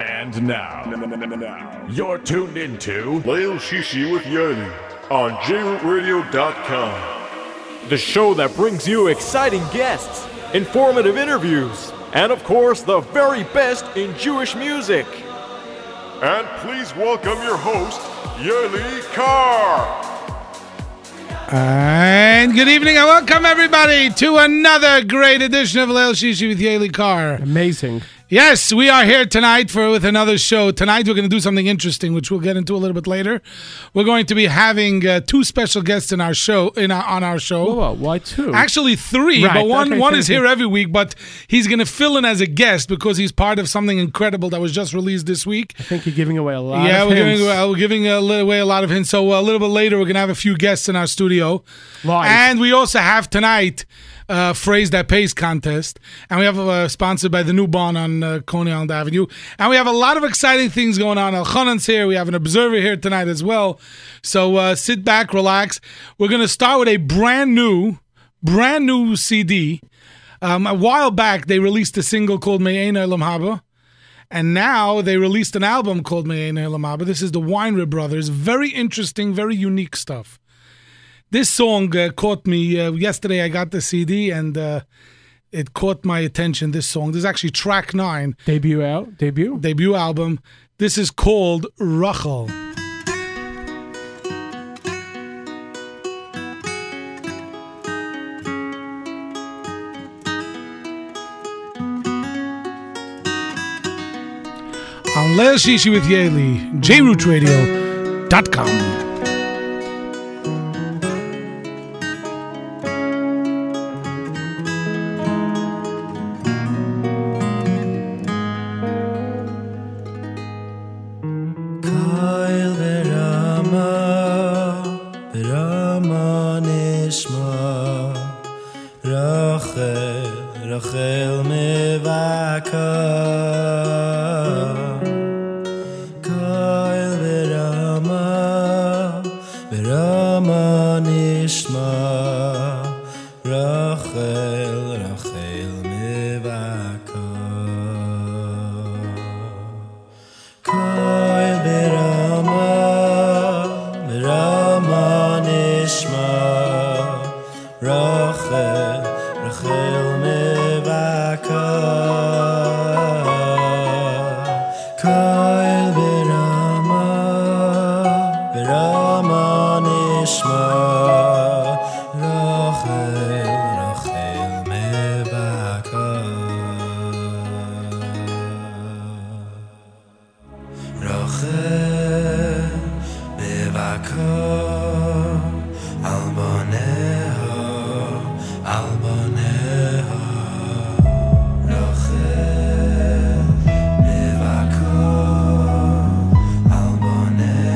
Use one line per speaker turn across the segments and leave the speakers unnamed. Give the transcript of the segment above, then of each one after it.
And now, you're tuned into
Lael Shishi with Yearning on JRootRadio.com.
the show that brings you exciting guests, informative interviews, and of course, the very best in Jewish music.
And please welcome your host, Yerli Carr.
And good evening and welcome everybody to another great edition of Lail Shishi with Yaeli Carr.
Amazing.
Yes, we are here tonight for with another show. Tonight we're going to do something interesting, which we'll get into a little bit later. We're going to be having uh, two special guests in our show in our, on our show.
Whoa, whoa, why two?
Actually, three,
Right,
but one
okay,
one
okay,
is
okay.
here every week, but he's going to fill in as a guest because he's part of something incredible that was just released this week.
I think you're giving away a lot.
yeah,
of
we're
hints.
giving, uh, we're giving a li- away a lot of hints. So uh, a little bit later, we're going to have a few guests in our studio.
Live.
And we also have tonight uh, Phrase That Pays contest. And we have uh, sponsored by the New Bond on uh, Coney Island Avenue. And we have a lot of exciting things going on. Elchanan's here. We have an observer here tonight as well. So uh, sit back, relax. We're going to start with a brand new, brand new CD. Um, a while back, they released a single called Me'ena Elam Haba. And now they released an album called Me'ena Elam Haba. This is the Weinrib Brothers. Very interesting, very unique stuff this song uh, caught me uh, yesterday. I got the CD and uh, it caught my attention. This song. This is actually track nine,
debut out. Debut.
debut album. This is called Rachel. On Leil Shishi with Yeli, jrootradio.com.
Koil berama, berama nishma Rachel, Rachel mevaka Koil berama, berama nishma Rachel, Rachel mevaka Kol berama, berama nishma Rachel, Rachel mevaka Kol berama, berama nishma Rachel, Rachel mevaka רחל בבקר על בוניה, על בוניה רחל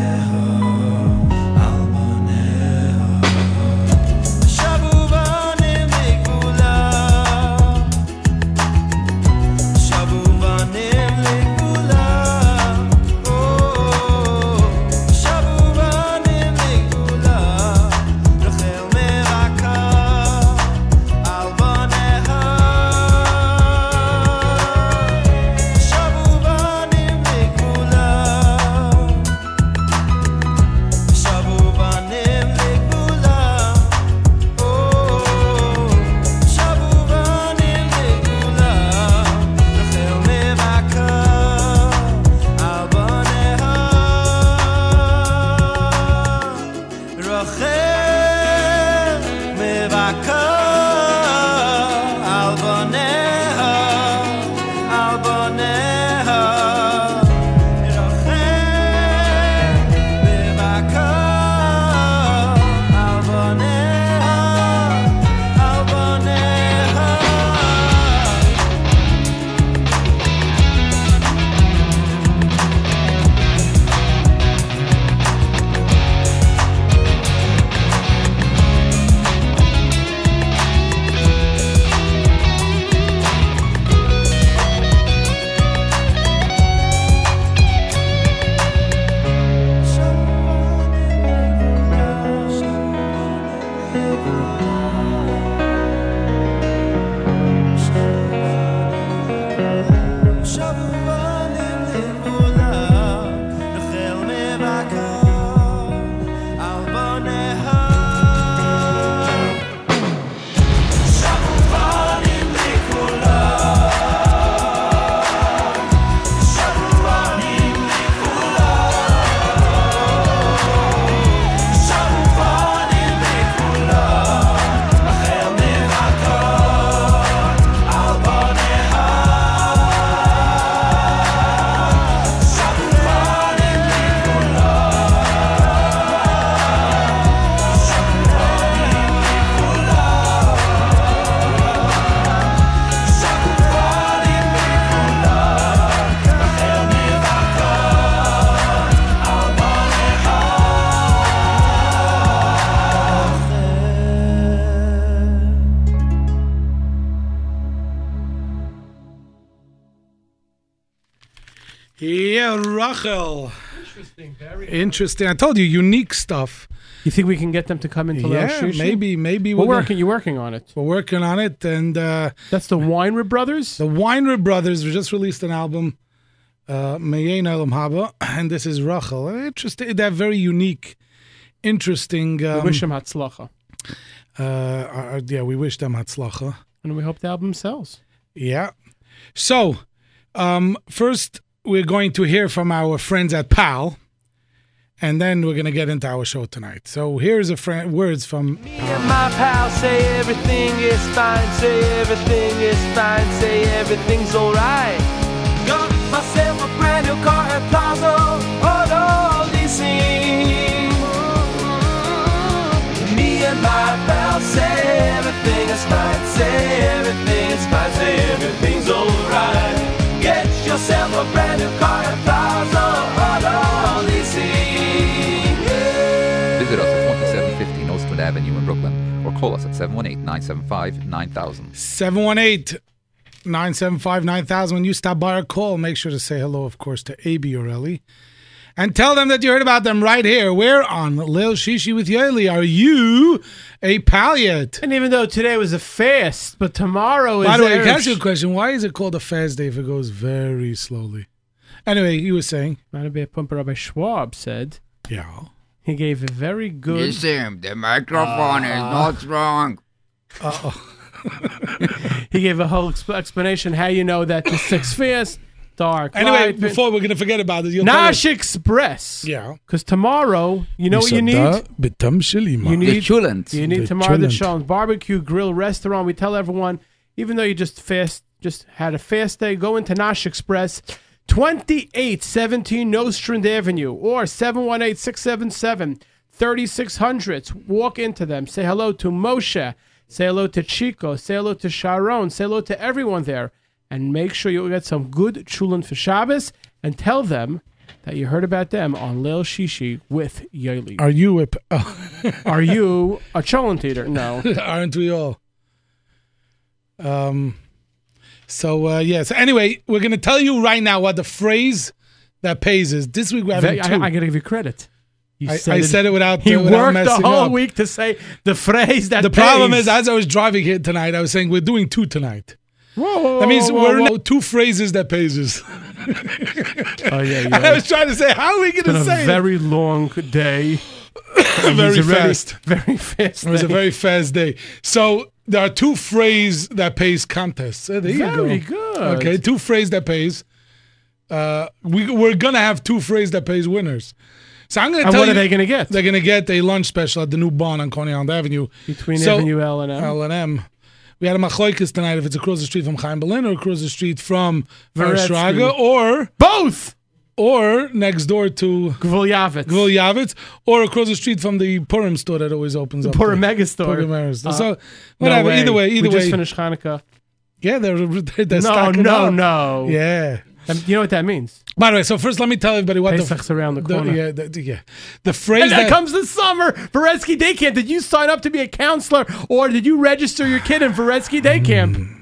Oh,
Yeah, Rachel. Interesting. I told you, unique stuff.
You think we can get them to come into our
yeah,
shishi?
maybe, maybe
We're
we're, gonna-
working. You're working on it.
we're working on it. And uh,
That's the Weinrib Brothers.
the Weinrib Brothers we just released an album, uh, Mayein Elam Haba, and this is Rachel. Interesting. They're very unique, interesting.
We
Um,
wish them hatzlacha,
uh, uh, yeah, we wish them Hatzlacha.
and we hope the album sells.
Yeah. So, um, first, we're going to hear from our friends at PAL, and then we're going to get into our show tonight. So, here's a friend words from.
And my pal say everything is fine, say everything is fine, say everything's alright. Got myself a brand new car at Plaza on all these things. Me and my pal say everything is fine, say everything is fine, say everything's alright. Get yourself a brand new car at Plaza on all these things.
Visit us at 2750 Nostrand Avenue in Brooklyn or call us at 718 975 9000.
718 975 9000. When you stop by or call, make sure to say hello, of course, to AB Orelli. And tell them that you heard about them right here. We're on Lil Shishi with Yoli. Are you a pal yet?
And even though today was a fast, but tomorrow Oh, is.
By the way,
Erev
can I ask you a
Sh-
question? Why is it called a fast day if it goes very slowly? Anyway, you were saying.
Rabbi Pumper Rabbi Schwab said
Yeah.
he gave a very good.
Listen, the microphone is
Ah.
not wrong.
He gave a whole exp- explanation how you know that the six fast, dark.
Anyway,
light,
before we're gonna forget about this, you'll
Nash Express.
tell us.
Because tomorrow, you know what you need?
yeah.
You
The
need
Chulans.
You need
The
tomorrow the
Chulent.
Shalom barbecue grill restaurant. We tell everyone, even though you just fast, just had a fast day, go into Nash Express, 2817 Nostrand Avenue or 718-677-3600. Walk into them. Say hello to Moshe. Say hello to Chico. Say hello to Sharon. Say hello to everyone there. And make sure you get some good chulin for Shabbos and tell them that you heard about them on Lil Shishi with Yaeli.
Are you a? p- oh,
Are you a cholent eater? No.
aren't we all? Um. So uh, yeah. So anyway, we're gonna tell you right now what the phrase that pays is. This week we have
Ve-
two.
I, I gotta give you credit. You
I- I said it without- uh,
He
without
worked the
messing
whole
up.
week to say the phrase that.
the problem
pays.
is, as I was driving here tonight, I was saying we're doing two tonight.
Whoa, whoa,
That means
whoa, Oh, whoa,
we're
whoa.
now two phrases that pays us.
Oh yeah, yeah.
I was trying to say, how are we
It's been
gonna
a
say
very long day.
it? Very
He's already-
fast.
Very fast.
It was a very fast day. So there are two phrase that pays contests. Uh, there you go.
Very good.
Okay, two phrase that pays. Uh, we we're gonna have two phrase that pays winners. So I'm gonna
And
tell
what
you,
are they gonna get
they're gonna get a lunch special at the new barn on Coney Island Avenue
between
So-
Avenue L and M?
L and M. We had a machloikas tonight if it's across the street from Chaim Berlin or across the street from Vereshraga
Veretsky.
or
Both
or next door to
Gvulyavits.
Gvil Yavitz or across the street from the Purim store that always opens up.
Purim
there.
mega store.
Purim Mega store.
Uh,
so
No
whatever. Either way,
we
either
just
way.
finished Hanukkah.
Yeah, they're they're, they're
No,
stocking
no,
up.
no.
Yeah.
Um, You know what that means?
By the way, so first let me tell everybody what
Pesach's
the,
around the corner.
yeah, the, the- yeah. The phrase
And uh,
that
that comes this summer, Varetsky Day Camp. Did you sign up to be a counselor or did you register your kid in Varetsky Day Camp?
Hmm.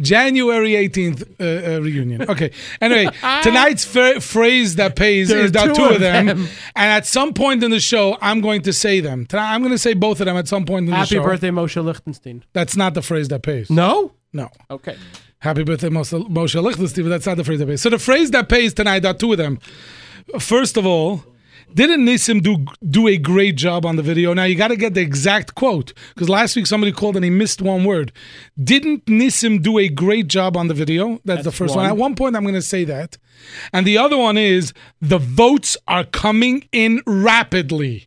January 18th uh, uh, reunion. Okay. Anyway, tonight's fa- phrase that pays
Ah. There are
is that
two
two
of
of them.
them.
And at some point in the show, I'm going to say them. Tonight, I'm going to say both of them at some point in the
Happy
show.
birthday, Moshe Lichtenstein.
That's not the phrase that pays.
No?
No.
Okay.
Happy birthday, Moshe Moshe Lichtenstein, but that's not the phrase that pays. So the phrase that pays tonight are two of them. First of all, didn't Nissim do do a great job on the video? Now you got to get the exact quote because last week somebody called and he missed one word. Didn't Nissim do a great job on the video? That's, the first one.
one.
At one point, I'm going to say that, and the other one is the votes are coming in rapidly.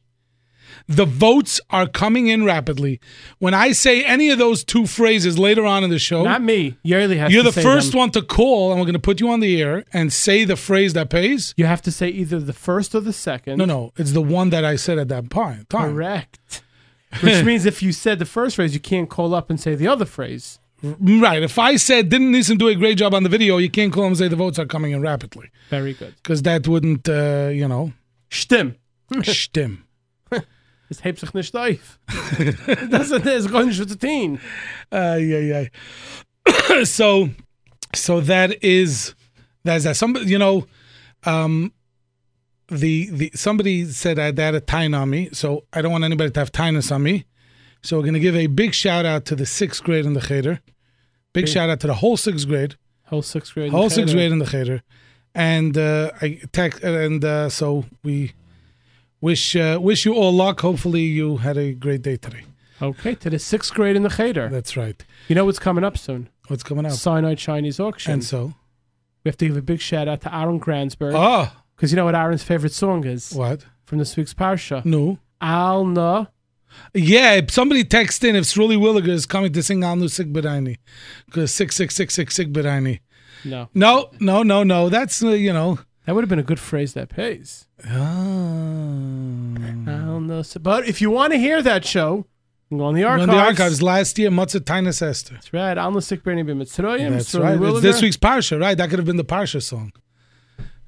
The votes are coming in rapidly. When I say any of those two phrases later on in the show,
Not me. Yerli has
you're
to
the
say
first
them.
one to call, and we're going to put you on the air and say the phrase that pays.
You have to say either the first or the second.
No, no, it's the one that I said at that point. Time.
Correct. Which means if you said the first phrase, you can't call up and say the other phrase.
Right. If I said, didn't Nissan do a great job on the video, you can't call him and say the votes are coming in rapidly
Very good.
because that wouldn't, uh, you know,
Stim.
Hm, stim.
Es hebt sich nicht auf. Das ist gar nicht zu tun.
Uh, yeah, yeah. so, so that is, that's that. Some, you know, um, the the somebody said I had had a tine on me, so I don't want anybody to have tinus on me. So we're gonna give a big shout out to the sixth grade in the cheder. Big shout out to the whole sixth grade,
Whole sixth grade.
whole sixth
Cheder.
grade in the cheder, and uh, I text and uh, so we wish uh, wish you all luck. Hopefully you had a great day today.
Okay, to the sixth grade in the Cheder.
That's right.
You know what's coming up soon?
What's coming up?
Sinai Chinese auction.
and so
we have to give a big shout out to Aaron Gransberg
oh
because you know what Aaron's favorite song is
what
from this week's parsha.
no.
Al na
Yeah, if somebody text in if Sruli Williger is coming to sing Alnu Sigbirani. Because 6666 Sigbirani.
no.
No, no, no, no. That's, uh, you know.
That would have been a good phrase that pays.
Ah.
Al na. But if you want to hear that show, you can go on the
One
archives.
of the archives last year, Matzah Tainus Esther.
That's right. Al na sikbrini b'mitzrayim.
That's
Sroli
right. It's
Williger.
this week's Parsha, right? That could have been the Parsha song.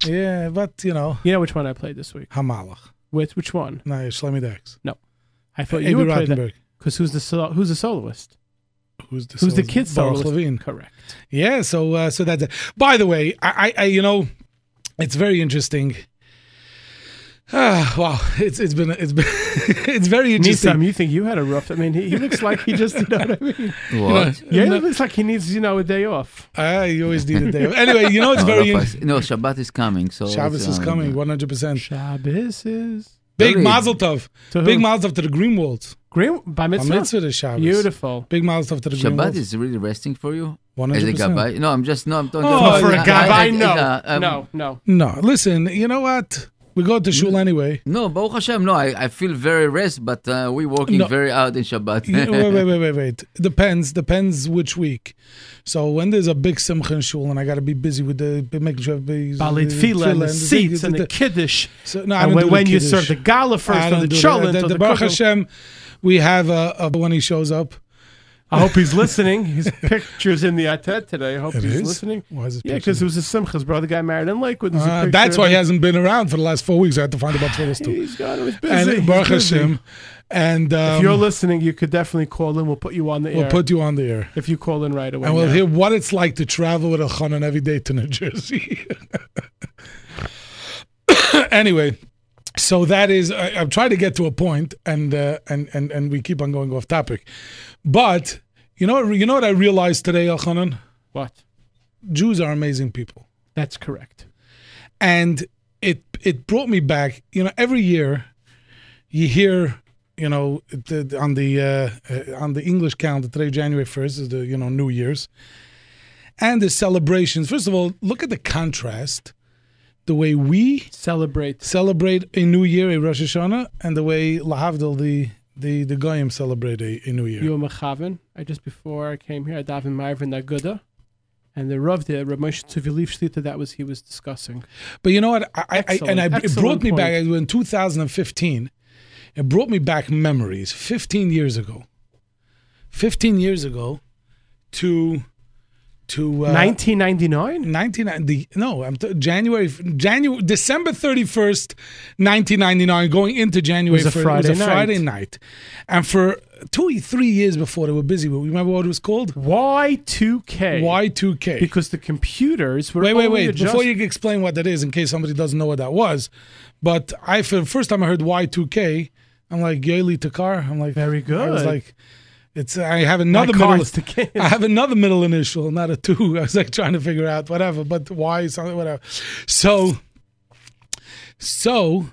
Yeah, but, you know,
You know which one I played this week?
Hamalach.
With which one?
No, Shlomi Dax.
No, I thought
A.B.
you would play that
Rottenberg.
because who's the solo, who's the soloist?
Who's the,
Who's the
soloist?
kid
Baruch
soloist?
Levine.
Correct.
Yeah, so uh, so that's it. By the way, I, I, I you know, it's very interesting. Ah, wow, it's it's been it's been it's very
Nisam,
interesting.
you think you had a rough? I mean, he, he looks like he just, you know what I mean?
What?
Yeah, he looks like he needs, you know, a day off.
Ah, you always need a day. off. Anyway, you know it's
No,
very.
Rafa
In-
is- no, Shabbat is coming. So
Shabbos
it's,
is
um,
coming, one hundred percent.
Shabbos is
Big
Really?
Mazel Tov,
To
big
who?
Mazel Tov to the Greenwalds.
green by
A
mitzvah.
mitzvah is Shabbos.
Beautiful.
Big Mazel Tov to the
Shabbat
Greenwalds.
is really resting for you. As a
100%.
gabbai? No, I'm just no. I'm talking
Oh, for a
I- I-
I
I-
know.
uh, um,
no, no.
No, listen, you know what? We go to
Mm.
shul anyway.
No, Baruch Hashem. No, I, I feel very rest, but uh, we're working
No.
very out in Shabbat.
Yeah, wait, wait, wait, wait, wait. Depends, depends which week. So when there's a big simcha in shul and I got to be busy with the be- making sure everybody's
Bali
uh,
tefillah and the
thing,
seats and the kiddush.
so, no, I
And
don't
when,
do
when
the
you serve
kiddush.
the gala
I
first or
don't
the
do that.
cholent
the,
or
the,
the
Baruch
kugel.
Hashem, we have a, a when he shows up.
I hope he's listening. His picture's in the atet today. I hope
It
he's
is?
listening.
Why is it?
Yeah, because it was his simcha's brother guy married in Lakewood. There's a
Uh,
picture
that's
of
why he
him.
hasn't been around for the last four weeks. I had to find about for us too.
He's gone. It was busy.
And
He's
Baruch
busy.
Hashem, and
If you're
um,
listening, you could definitely call in. We'll put you on the
we'll
air
put you on the air.
if you call in right away.
And we'll
now.
hear what it's like to travel with Elchanan every day to New Jersey. anyway, so that is I, I'm trying to get to a point, and uh, and and and we keep on going off topic, but you know you know what I realized today, Elchanan,
what?
Jews are amazing people,
That's correct.
and it it brought me back. You know, every year you hear. You know, the, the- on the uh, uh, on the English calendar, today January first is the you know New Year's, and the celebrations. First of all, look at the contrast the way we
Celebrate.
celebrate a new year, a Rosh Hashanah, and the way Lahavdil, the the, the Goyim celebrate a, a new year.
You were Mechavan. I just before I came here, I davened Marvin Naguda. And the Rav there, Rav Moshe Tzuviliv Shlita, that was he was discussing.
but you know what? I, I, I, and I,
Excellent,
it brought me
excellent
back in 2015. It brought me back memories 15 years ago. 15 years ago to to uh,
1999?
1990 no i'm t- january january december 31st 1999 going into january
It was a
1st,
Friday
it was a
night.
friday night and for two three years before they were busy but remember what it was called
Y2K.
y2k
Because the computers were
wait wait
only
wait
adjust-
before you explain what that is in case somebody doesn't know what that was but i for the first time i heard y2k i'm like Yaeli takar i'm like
Very
i was
good.
like it's i have another
My
middle
cards to kids.
I have another middle initial, not a two. I was like trying to figure out whatever, but why something whatever. So, so,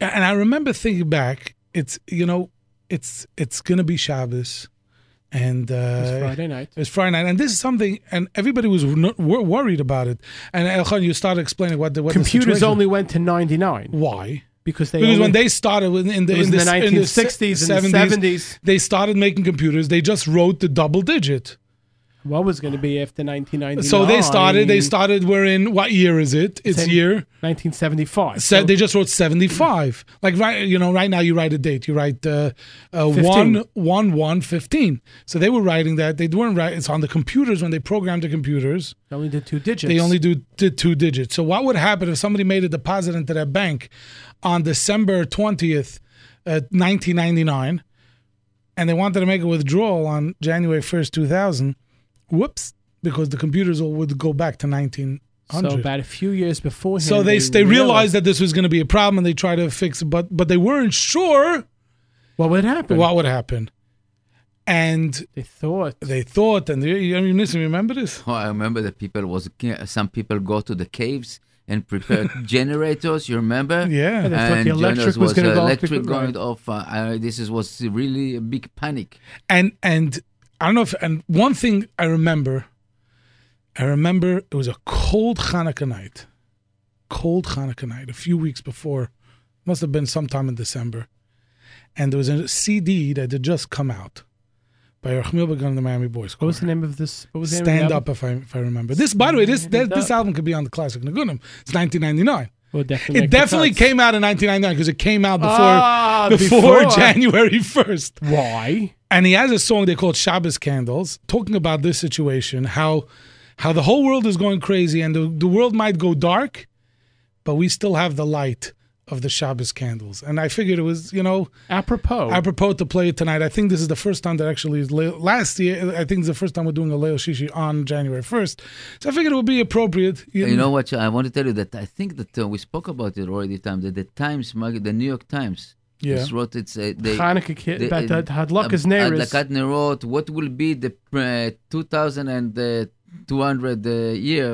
and I remember thinking back. It's you know, it's it's gonna be Shabbos, and uh,
It was Friday night.
It's Friday night, and this is something, and everybody was not, wor- worried about it. And uh, Elchan, you started explaining what the what the
Computers
situation-
only went to 99
why
because they
because
only,
when they started in, in the
It was
in,
in the
s- in
1960s and the 70s.
they started making computers. They just wrote the double digit.
what was going to be after 1999?
So they started. They started. We're in what year is it? It's
Seven-
year.
1975.
So they just wrote seventy five. Like right, you know, right now you write a date. You write uh, uh, one one one fifteen. So they were writing that. They weren't writing. It's on the computers when they programmed the computers.
They only did two digits.
They only do t- two digits. So what would happen if somebody made a deposit into their bank on December twentieth, uh, nineteen ninety nine, and they wanted to make a withdrawal on January first, two thousand? Whoops! Because the computers all would go back to nineteen
So
100.
about a few years before
So they they realized that this was going to be a problem and they tried to fix it, but but they weren't sure
what would happen.
what would happen. And
they thought.
they thought, and they, I mean, listen, remember this?
Oh, I remember the people was some people go to the caves and prepare generators. You remember?
Yeah. Yeah,
they thought the
and
electric
generators
was gonna
uh,
go off
electric
because-
going off. Uh, uh, this is, was really a big panic.
and and I don't know if and one thing I remember, I remember it was a cold Hanukkah night, cold Hanukkah night, a few weeks before, must have been sometime in December, and there was a CD that had just come out by Rachmil Begun and the Miami Boys.
What
Choir.
was the name of this? What was the name of
Stand
the
up if I if I remember this. By the way, this
Stand
this
Up.
album could be on the classic Nagunim. It's 1999.
Well, definitely
It
make the
definitely
cuts.
came out in 1999 because it came out before
Ah,
before,
before.
January 1st
Why?
and he has a song they called Shabbos Candles, talking about this situation, how how the whole world is going crazy and the, the world might go dark, but we still have the light of the Shabbos candles. And I figured it was, you know,
Apropos.
I propose to play it tonight. I think this is the first time that actually is Le- last year. I think it's the first time we're doing a Leo Shishi on January first, so I figured it would be appropriate.
You know what? I want to tell you that I think that uh, we spoke about it already. Time that the Times, mag- the New York Times,
Yeah.
just wrote it's uh, they.
Hanukkah kid,
they-
but the Hadlakas
uh,
Neris.
Hadlakat Nerot. What will be the uh, 2,200 uh, year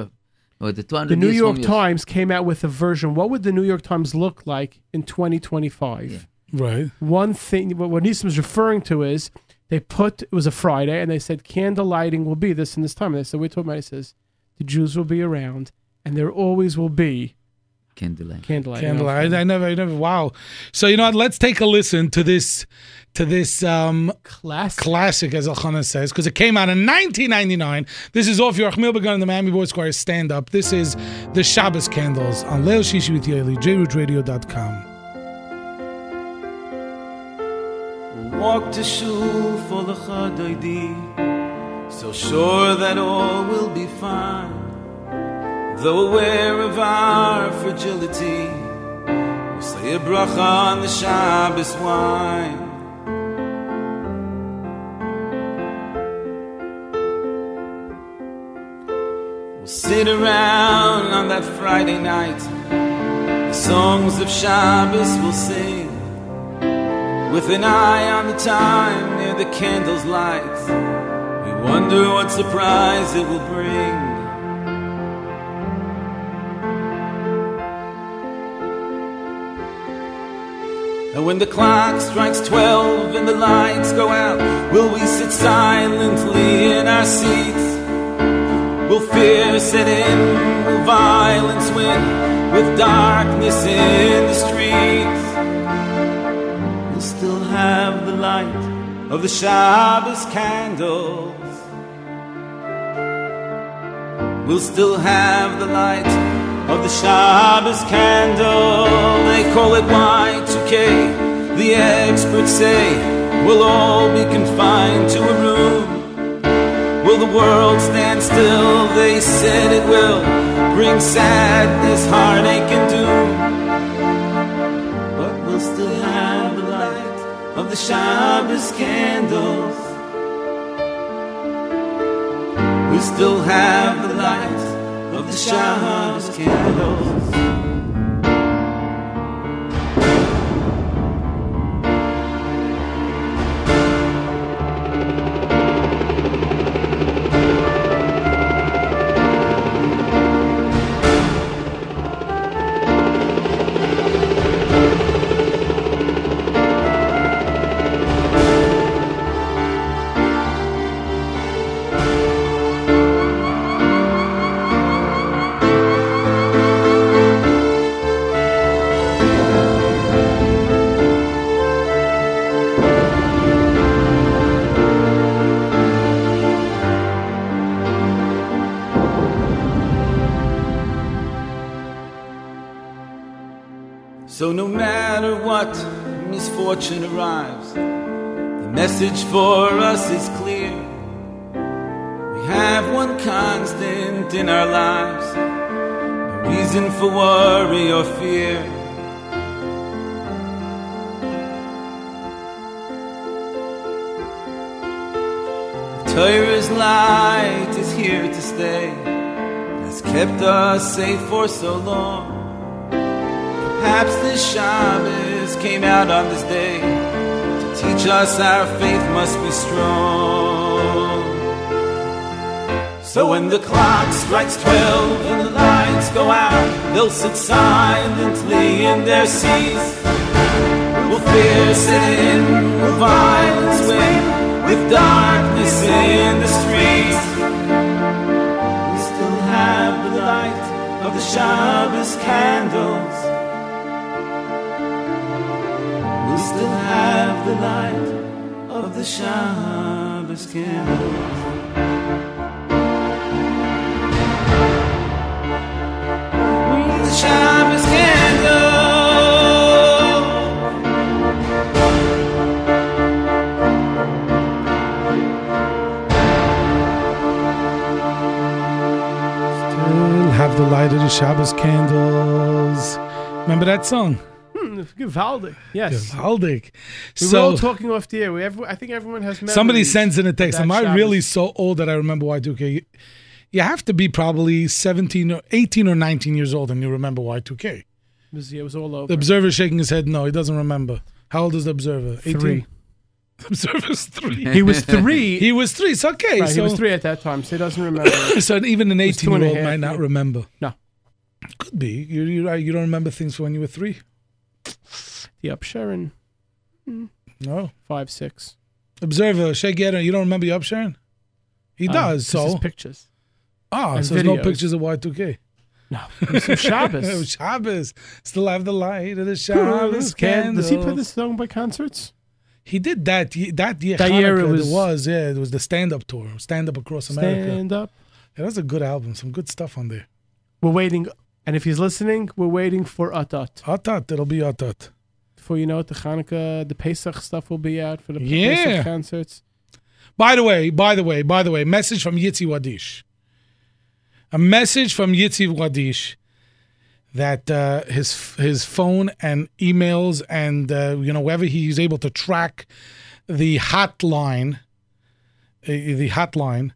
or the 200
The New
years from
York
years?
Times came out with a version. What would the New York Times look like in 2025?
right?
One thing, what what Nisim is referring to is they put, it was a Friday, and they said candle lighting will be this and this time. And they said, we're talking about, it says, the Jews will be around, and there always will be
Candlelight.
candle lighting.
Candle. I, I never, I never. Wow. So you know what? Let's take a listen to this, to this um,
Classic.
classic, as Elchanan says, because it came out in 1999. This is off your Achmil Begun and the Miami Boys Choir stand up. This is the Shabbos Candles on Leo Shishi with Yaeli, jrootradio.com.
Walk to shul for the Chadaydi, so sure that all will be fine. Though aware of our fragility, we say a bracha on the Shabbos wine. We'll sit around on that Friday night, the songs of Shabbos we'll sing. With an eye on the time near the candle's lights, we wonder what surprise it will bring. And when the clock strikes twelve and the lights go out, will we sit silently in our seats? Will fear set in? Will violence win? With darkness in the streets? We'll still have the light of the Shabbos candles. We'll still have the light of the Shabbos candle. They call it Y2K. The experts say we'll all be confined to a room. Will the world stand still? They said it will. Bring sadness, heartache, and doom. But we'll still have the light of the Shabbos candles. We still have the light of the Shabbos candles. So no matter what misfortune arrives, the message for us is clear. We have one constant in our lives, no reason for worry or fear. The Torah's light is here to stay. has kept us safe for so long. Perhaps this Shabbos came out on this day to teach us our faith must be strong. So when the clock strikes twelve and the lights go out, they'll sit silently in their seats. Will fear set in? Will violence win? With darkness in the streets, we still have the light of the Shabbos candles. We still have the light of the Shabbos candles. The Shabbos candles.
Still have the light of the Shabbos candles. Remember that song? Hmm,
Gewaldig. Yes.
Haldik.
We were
So
all talking off the air. We every, I think everyone has memories.
somebody sends in a text.
that
Am I
Shabbos.
really so old that I remember Y2K? You- You have to be probably 17 or 18 or 19 years old and you remember Y2K.
It was, it was all over.
The observer shaking his head. No, he doesn't remember. How old is the observer? 18?
Three.
The observer's three.
He was three.
He was three. It's okay.
right,
so,
he was three at that time, so he doesn't remember.
so even an
two and a
18-year-old
half,
might not
yeah.
remember.
No.
Could be. You, you, right, you don't remember things from when you were three?
yep, Sharon,
Hmm. No.
five, six.
Observer, Shea Gedder, you don't remember your upsharing? He
Uh,
does,
this is
so.
pictures.
Ah,
and
so there's no
videos.
pictures of Y2K.
No, it was some
Oh,
Shabbos.
Shabbos. Still have the light of the Shabbos
Shabbos can-
candle.
Does he play this song by concerts?
He did that ye- that year.
That year it
Hanukkah,
was-
It was, yeah. It was the stand-up tour. Stand-up across America.
Stand up.
Yeah, that's a good album. Some good stuff on there.
We're waiting, and if he's listening, we're waiting for Atat.
Atat, it'll be Atat.
Before you know it, the Hanukkah, the Pesach stuff will be out for the
Yeah.
Pesach concerts.
By the way, by the way, by the way, message from Yitzi Wadish. A message from Yitzi Wadish that uh, his his phone and emails and uh, you know wherever he's able to track the hotline, uh, the hotline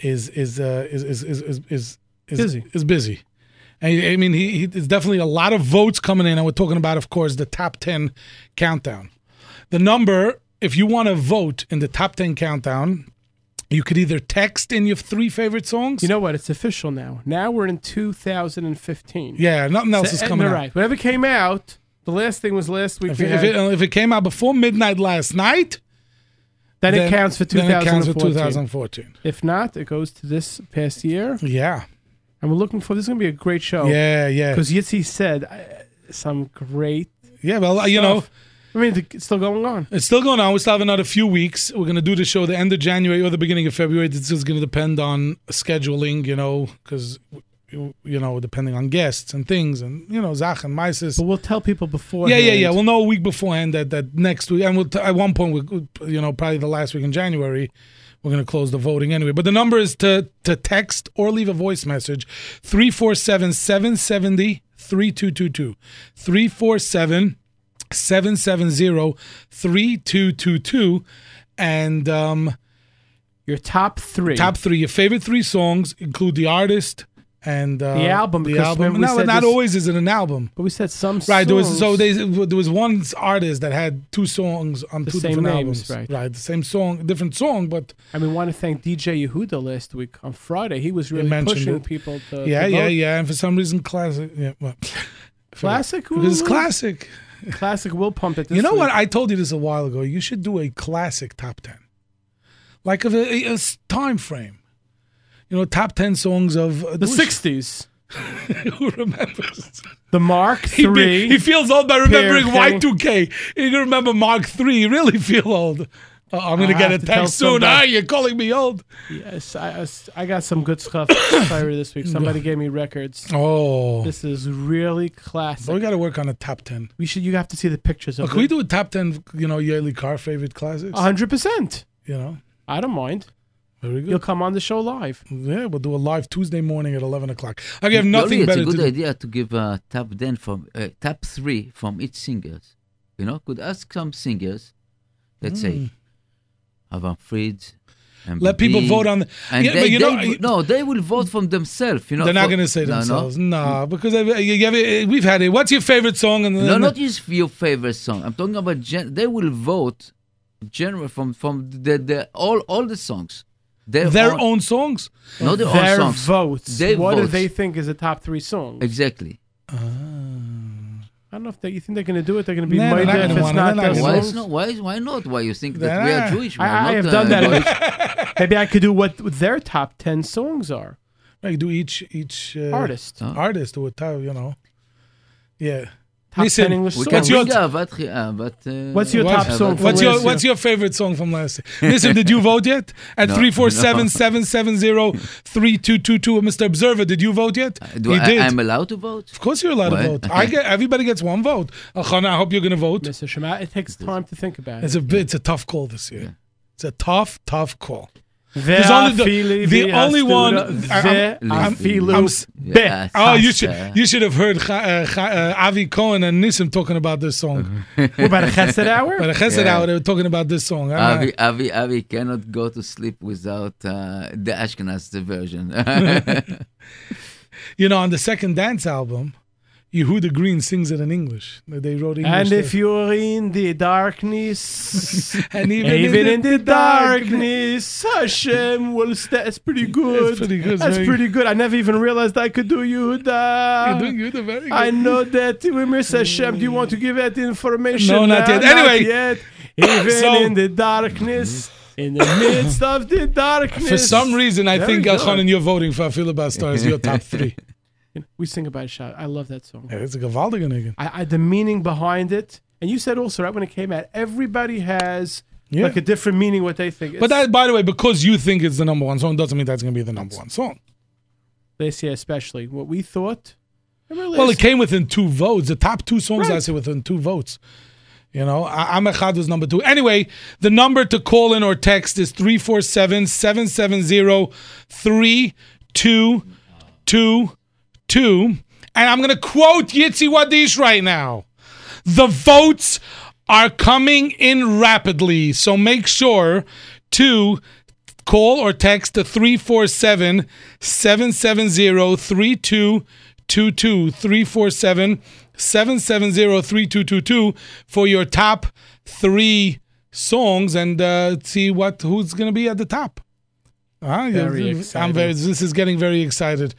is is uh, is, is, is is is is
Busy.
Is busy. And, I mean, he, he there's definitely a lot of votes coming in, and we're talking about, of course, the top ten countdown. The number, if you want to vote in the top 10 countdown, you could either text in your three favorite songs.
You know what? It's official now. Now we're in 2015.
yeah, nothing else is
Uh,
coming
no,
out.
right. Whatever came out, the last thing was last week.
If,
we
if
had-
it, if it came out before midnight last night,
then, it counts for
then it counts for
2014.
2014.
If not, it goes to this past year.
Yeah,
And we're looking for this is going to be a great show.
yeah, yeah,
Because Yitzi said uh, some great.
yeah. Well, you know,
stuff. I mean, it's still going on.
It's still going on. We still have another few weeks. We're going to do the show the end of January or the beginning of February. This is going to depend on scheduling, you know, because, you know, depending on guests and things and, you know, Zach and Mises.
But we'll tell people before.
Yeah, yeah, yeah. We'll know a week beforehand that that next week, and we'll t- at one point, we will you know, probably the last week in January, we're gonna close the voting anyway. But the number is to to text or leave a voice message 347 770 3222 347 770 3222 and um
Your top three.
top three your favorite three songs include the artist and uh,
The album,
the
because
album
remember we
not,
said
not
this-
always is it an album
But we said some
Right. There was
songs.
so they, there was one artist that had two songs on
The
two
same
different
names,
albums.
right.
Right. The same song, different song, but
And we want to thank DJ Yehuda last week on Friday. He was really
mentioned
pushing
it.
people to.
yeah,
to
yeah,
vote.
yeah. And for some reason, classic. Yeah. Well,
Classic.
because it's
will-
classic.
Classic will pump it. This
you know
week.
what? I told you this a while ago. You should do a classic top ten, like of a, a- a s- time frame. You know, top ten songs of uh,
The
who-
sixties.
Who remembers?
The Mark
He, be-
Three.
he feels old by remembering
Pear
Y
K.
two K. You can remember Mark Three. You really feel old. Uh, I'm gonna
I'll
get a
have to tell
text soon. Ah,
somebody.
you're calling me old.
yes, I- I, s- I got some good stuff expired this week. Somebody gave me records.
Oh.
This is really
So we
classic.
got to work on a top 10.
We should. You have to see the pictures of
Can we
it.
do a top 10, you know, yearly car favorite classics?
hundred percent.
you know,
I don't mind.
very
You'll
good.
come on the show live.
Yeah, we'll do a live Tuesday morning at 11 o'clock. I have
Really,
nothing
it's
better
a
to
good
do.
idea to give uh, top ten from uh, top three from each singers. You know, could ask some singers. Let's say, Avan Fried,
Hmm. Let people
MPD.
vote on. The,
And
yeah,
they,
but you
they
know,
will- no, they will vote from themselves. You know,
they're not
for-
going to say
No, no.
themselves. No, because I, you have it- we've had it. What's your favorite song? And
No, not his your favorite song. I'm talking about gen- they will vote general from from the, the all all the songs. Their,
their
own,
own songs.
not their,
Their
own songs.
votes.
Their
what do
votes.
they think is the top three songs?
Exactly.
I don't know if they, you think they're going to do it. They're going to be
Nah,
mighty
they're
if
not gonna
it's
wanna,
not
they're not
their
gonna
Why
wanna.
songs.
is not? Why is why not? Why you think that
Nah.
we are Jewish? We
I-
are
I
not,
have done that.
Jewish.
Maybe I could do what their top ten songs are.
Like do each each uh,
Artist.
artist or type, you know. Yeah.
Top
Listen,
ten English
We
songs.
What's
can bring
yours?
Avat Chi- uh, but uh,
What's your
What's-
top song? from
What's your
last year?
What's your favorite song from last year? Listen, did you vote yet? At
No,
three four seven seven seven zero three two two two. Mr. Observer, did you vote yet?
Uh, Do
he
I,
did.
I'm allowed to vote?
of course, you're allowed to
What?
vote. I get everybody gets one vote. Alchana, Oh, I hope you're going to vote.
Mr. Shema, it takes time to think about it.
It's a bit- it's a tough call this year. It's a tough, tough call.
There's
only the- the only one- I- I'm-
I'm,
I'm s-
Yeah,
Oh, you
faster.
should you should have heard Cha- uh, Cha- uh, Avi Cohen and Nissim talking about this song.
What about a Chesed
But
hour?
the Chesed
Yeah.
Hour, they were talking about this song. I don't know.
Avi, Avi, Avi cannot go to sleep without uh, the Ashkenaz version.
You know, on the second dance album, Yehuda Green sings it in English. They wrote English.
And if
there.
you're in the darkness,
and even,
even in the darkness, Hashem will stay. It's pretty good.
pretty good,
That's
very-
pretty good. I never even realized I could do
You're
Yehuda.
doing good, you're very good.
I know that we miss Hashem. Do you want to give that information?
No, not
now?
yet. Anyway.
yet. even
So-
in the darkness, in the midst of the darkness.
For some reason, I
Very
think
good.
Alchon and you're voting for filibuster as your top three.
we sing about Shabbat. I love that song.
Yeah, it's a gewaltige nigga.
I, I the meaning behind it, and you said also right when it came out, everybody has
Yeah.
like a different meaning what they think.
But that, by the way, because you think it's the number one song, doesn't mean that's going to be the number one song.
this year especially, what we thought. it really
Well,
is-
it came within two votes. The top two songs I
Right.
say within two votes. You know, I- I'm Echad was number two. Anyway, the number to call in or text is 347 770 3222. And I'm going to quote Yitzi Wadish right now. The votes are coming in rapidly, so make sure to call or text to 347 770 3222 347 770 3222 for your top three songs and uh, see what who's going to be at the top. Ah, yeah,
Very
I'm
exciting.
very, this is getting very excited.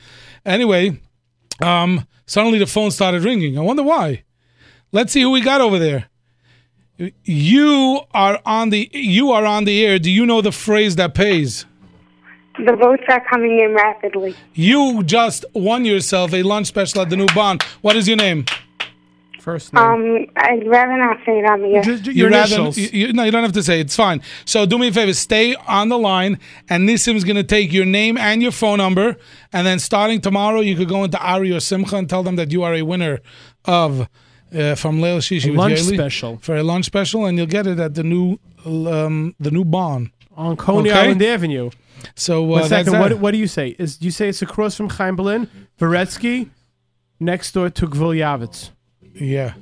Anyway, um, suddenly the phone started ringing. I wonder why. Let's see who we got over there. You are on the you are on the air. Do you know the phrase that pays?
The votes are coming in rapidly.
You just won yourself a lunch special at the New Bond. What is your name?
first name.
Um, I'd rather not say it on the air.
Just- your
You rather-
initials.
you- you- no, you don't have to say. It's fine. So do me a favor. Stay on the line, and Nissim's going to take your name and your phone number, and then starting tomorrow, you could go into Ari or Simcha and tell them that you are a winner of uh, from Leil Shishi with
lunch
Yaeli
special.
for a lunch special, and you'll get it at the new um, the New Bond.
on Coney
okay.
Island Avenue.
So uh,
One second.
that's
What,
that.
what do you say? Is do you say it's across from Chaim Berlin, Varetsky, next door to Gvulyavitz?
Yeah.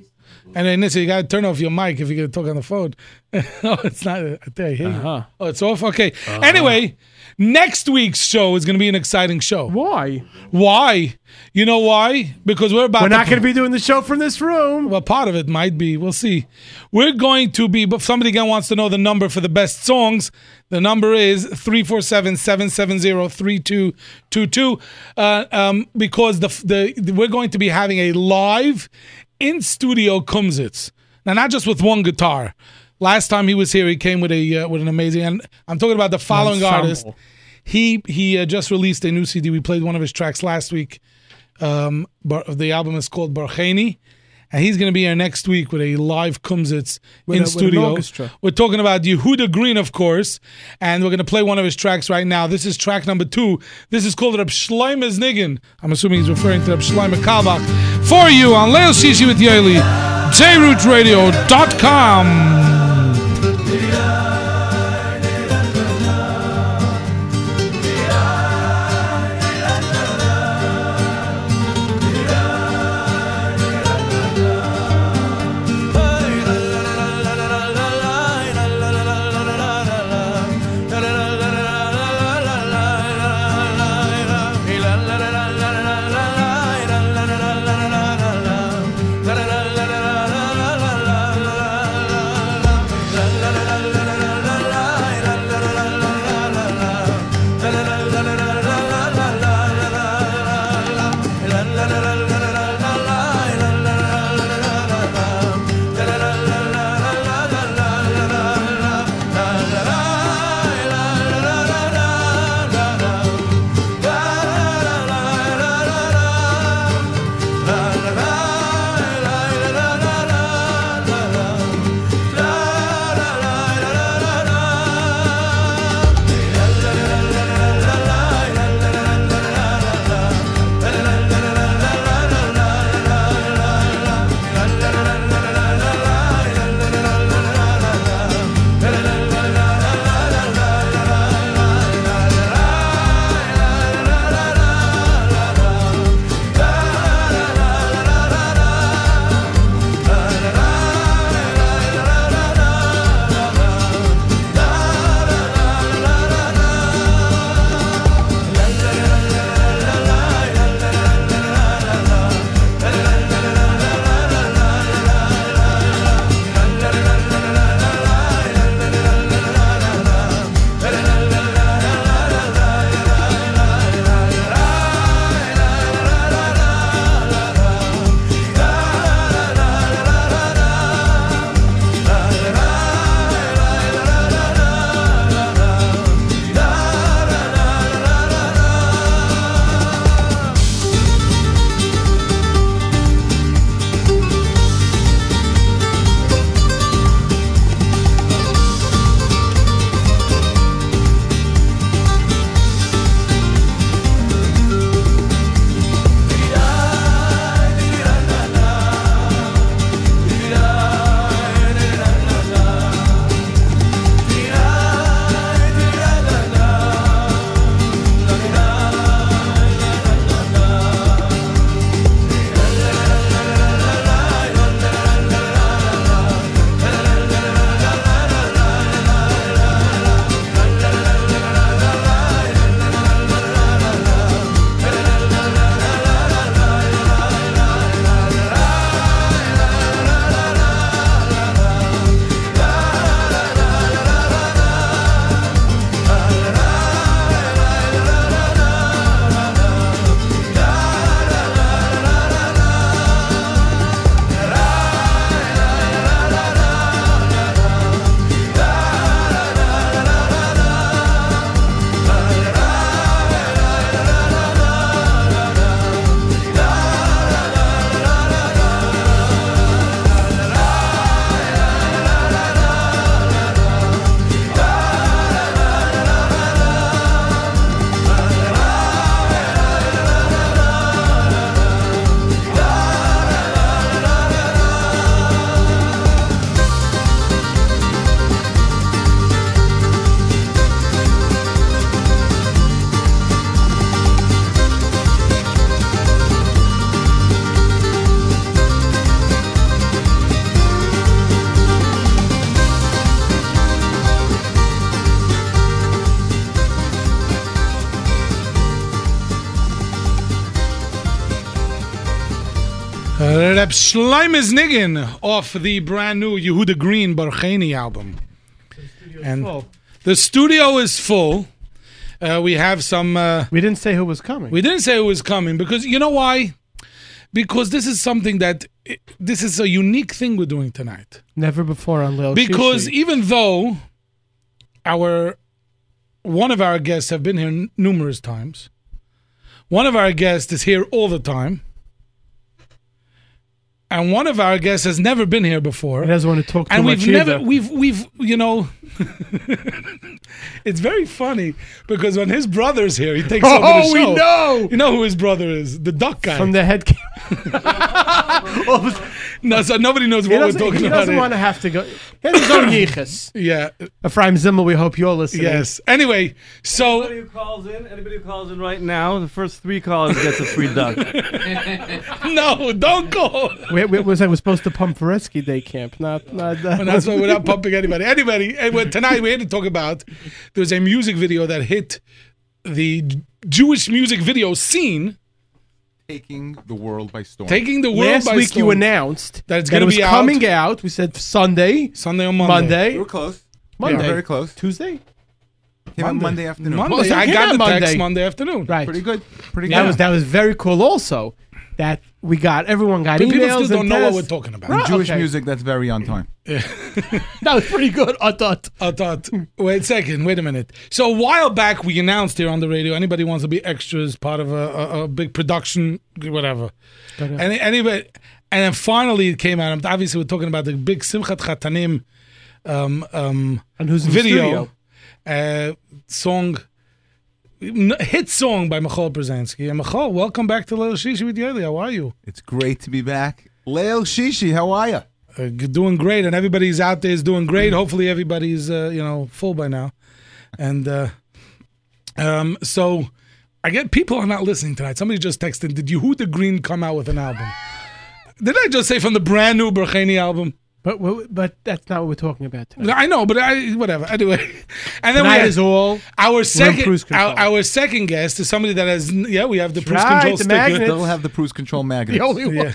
And then Nissa, you gotta turn off your mic if you're gonna talk on the phone. no, it's not. I think I hear you.
Uh-huh.
Oh, it's off. Okay. Anyway, next week's show is gonna be an exciting show.
Why?
Why? You know why? Because we're about.
We're
to
not going to be doing the show from this room.
Well, part of it might be. We'll see. We're going to be. But somebody again wants to know the number for the best songs. The number is 347 770 3222. Uh, um, Because the, f- the, the we're going to be having a live in studio Kumsitz. Now, not just with one guitar. Last time he was here, he came with a uh, with an amazing. And I'm talking about the following
Ensemble.
artist. He he uh, just released a new CD. We played one of his tracks last week. Um, Bar- the album is called Barcheni. And he's going to be here next week with a live Kumsitz in
a- with an
studio.
orchestra.
We're talking about Yehuda Green, of course, and we're going to play one of his tracks right now. This is track number two. This is called Reb Shleimer's Niggin. I'm assuming he's referring to Reb Shleimer Kalbach. For you on Leo Shishi with Yaeli, jrootradio.com.
la la la la la la la la la la la la la la la
Reb Shloim is Niggin off the brand new Yehuda Green Barcheni album. And the studio is full. Uh, we have some. Uh,
We didn't say who was coming.
we didn't say who was coming because you know why? Because this is something that this is a unique thing we're doing tonight.
Never before on Lil
because
Shishi.
even though our one of our guests have been here n- numerous times one of our guests is here all the time and one of our guests has never been here before
he doesn't want to talk too
and
much
we've never
either.
we've we've you know it's very funny because when his brother's here he takes over
Oh,
the
we
show
know!
you know who his brother is the duck guy
from the head.
no, so nobody knows
he
what we're
doesn't,
talking
he
about
doesn't
here.
want to have to go. He has his own yichus.
yeah
Ephraim Zimmel, we hope you're listening.
yes anyway so
Anybody who calls in, anybody who calls in right now, the first three callers gets a free duck.
no don't go
We, we, was, I was supposed to pump Varesky Day Camp, not. not
And that's why we're not pumping anybody. Anybody. And we're- tonight we're here to talk about there's a music video that hit the J- Jewish music video scene,
Taking the world by storm.
taking the world
Last
by
week
storm.
you announced
That it's
it
gonna
was
be out.
coming out. We said Sunday,
Sunday or Monday.
Monday,
We were close.
Monday,
very close.
Tuesday.
Came out Monday afternoon.
Monday.
Oh, so
I
it came
got
out
the text
Monday.
Monday afternoon.
Right.
Pretty good. Pretty
That
good.
was that was very cool. Also, that we got everyone got
But
emails.
people still
and
don't know what
texts.
we're talking about.
Right.
Jewish
okay.
music that's very on time.
That was pretty good. I thought.
I thought, wait a second, wait a minute. So a while back, we announced here on the radio, anybody wants to be extras, part of a, a, a big production, whatever. And anyway, and then finally it came out. And Obviously, we're talking about the big Simchat Chatanim um, um,
And who's in the
video
studio?
uh, song, n- hit song by Michal Brzezinski. And Michal, welcome back to Little Shishi with Yeli. How are you?
It's great to be back. Lael Shishi, how are you?
uh, g- doing great, and everybody's out there is doing great. Hopefully, everybody's uh, you know full by now, and uh, um, so I get people are not listening tonight. Somebody just texted, "Did Yehuda Green come out with an album?" Did I just say from the brand new Bercheni album?
But we- but that's not what we're talking about tonight.
I know, but I whatever. Anyway, and then
Tonight
we
is all.
our
cruise
second
control.
our, our second guest is somebody that has yeah we have the cruise
right,
control
the
sticker.
magnet.
They'll have the cruise control magnet.
The only one
Yeah,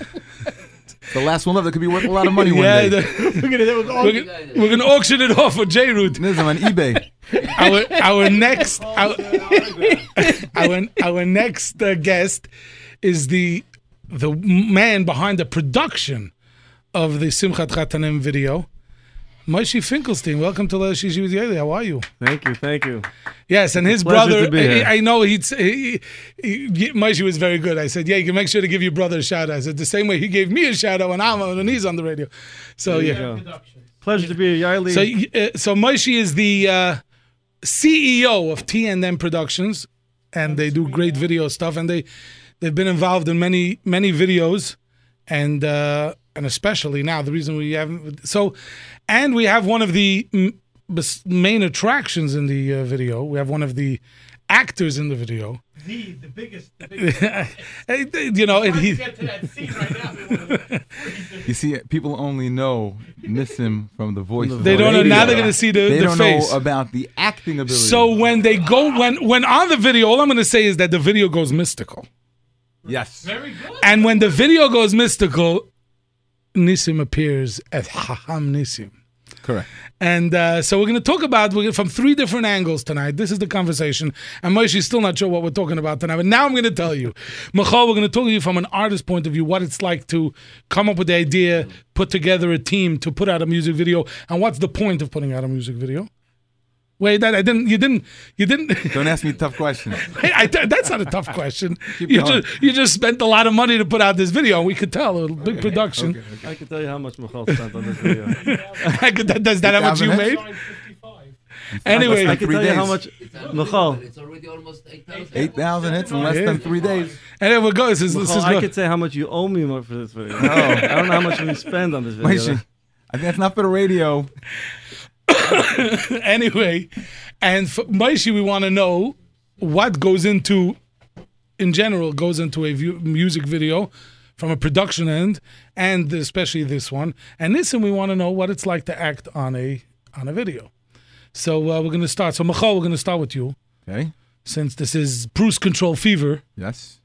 The last one left that could be worth a lot of money one day.
yeah. the-
we're gonna do was all.
we're, gonna- we're gonna auction it off for J Root.
This is on eBay.
our our next our, our, our next uh, guest is the the man behind the production of the Simchat Chatanim video. Moshe Finkelstein, welcome to Leil Shishi with Yaeli. How are you?
thank you, thank you.
Yes, and his
pleasure
brother.
to be here.
I, I know he'd, he, he, he- Moshe was very good. I said, "Yeah, you can make sure to give your brother a shout out." I said, "The same way he gave me a shout out when I'm on, when he's on the radio." So yeah,
Pleasure to be here, Yaeli.
so, uh, so Moshe is the uh, CEO of TNM Productions, and they do great video stuff, and they they've been involved in many many videos, and uh, and especially now the reason we haven't so, and we have one of the mm, bes- main attractions in the uh, video. We have one of the actors in the video. The the biggest, you know, and he.
You see, people only know Nissim from the voice. of
They
the
don't know. Now
radio.
they're gonna see the,
They
the
don't
face.
know about the acting ability.
So when they go when when on the video, all I'm gonna say is that the video goes mystical.
yes,
And when the video goes mystical, Nisim appears as Haham Nisim.
correct.
And uh, so we're going to talk about we're gonna, from three different angles tonight. This is the conversation. And Moshe is still not sure what we're talking about tonight. But now I'm going to tell you, Michal, we're going to talk to you from an artist's point of view what it's like to come up with the idea, put together a team to put out a music video, and what's the point of putting out a music video? Wait, that I didn't. You didn't. You didn't.
Don't ask me tough questions.
Hey, I, that's not a tough question.
Keep
you,
going.
just, you just spent a lot of money to put out this video. We could tell a big production.
I can tell you how much Michal spent on this video.
I could- that- That's not how much you made.
8,000
Anyway,
I can
Three
tell you how
days.
much Michal.
It's already almost 8,000.
Eight thousand hits in less than three days.
and then we'll go. This is, this
Michal,
is
I
good.
could say how much you owe me mo- for this video. No, I don't know how much we spend on this
Wait,
video.
she- I think that's not for the radio.
anyway, and for Maishi, we want to know what goes into, in general, goes into a view, music video from a production end, and especially this one. And this, and we want to know what it's like to act on a on a video. So uh, we're going to start. So Michal, we're going to start with you
Okay.
since this is Bruce Control Fever.
Yes.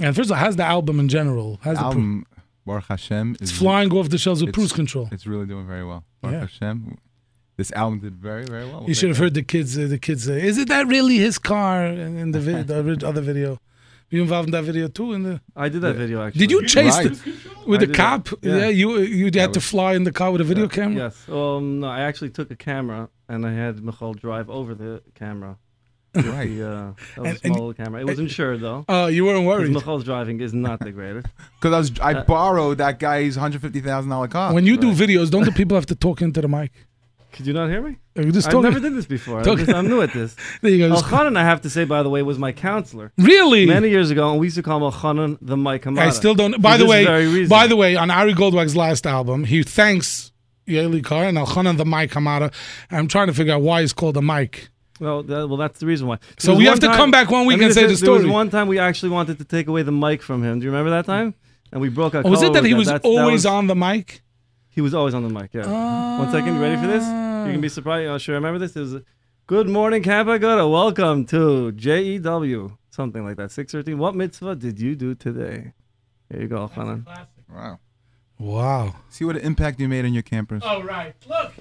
And first of all, how's the album in general? How's the pro-
Album
Baruch Hashem.
It's flying off the shelves with
it's-
cruise control.
It's really doing very well. Baruch
Yeah.
Hashem. This album did very, very well.
You should have heard the kids. Uh, the kids say, "Is it that really his car?" In, in the, vid- the orig- other video, were you involved in that video too? In the
I did that video actually.
Did you chase
Right.
the, with
I
the
did
cop?
that,
Yeah.
yeah.
you you had to fly in the car with a video
Yeah,
camera.
Yes. Um, no, I actually took a camera and I had Michal drive over the camera. With
Right.
The, uh, that
And-
was a
and-
small little camera. It was
and-
insured though.
Oh, you weren't
'Cause
worried.
Michal's driving is not the greatest.
Because I was, I
Uh,
borrowed that guy's hundred fifty thousand dollar
Ah,
car.
when you do videos, don't the people have to talk into the mic?
Could you not hear me?
You just
I've
Uh, talking-
never did this before. I'm,
Talking-
just, I'm new at this.
There you go.
Elchanan, I have to say, by the way, was my counselor.
Really?
Many years ago, and we used to call him Elchanan the Mike Hamada.
I still don't.
For
By the
this
way,
very reason.
by the way, on Ari Goldwag's last album, he thanks Yaeli Carr and Elchanan the Mike Hamada. I'm trying to figure out why he's called the Mike.
Well, that, well, that's the reason why. There
So
was
we
one
have to come back one week
I mean,
and say
there-
the
There
story.
was one time we actually wanted to take away the mic from him. Do you remember that time? And we broke our.
Oh, was it
collar
that
with
he was
That's- that
always
was-
on the mic?
He was always on the mic. Yeah. One second. You ready for this? You can be surprised. Oh, I sure remember this. It was, good morning, Kappagoda. Welcome to JEW. Something like that. Six thirteen. What mitzvah did you do today? There you go, Hanan.
Wow.
Wow.
See what an impact you made on your campers.
Oh, right. Look.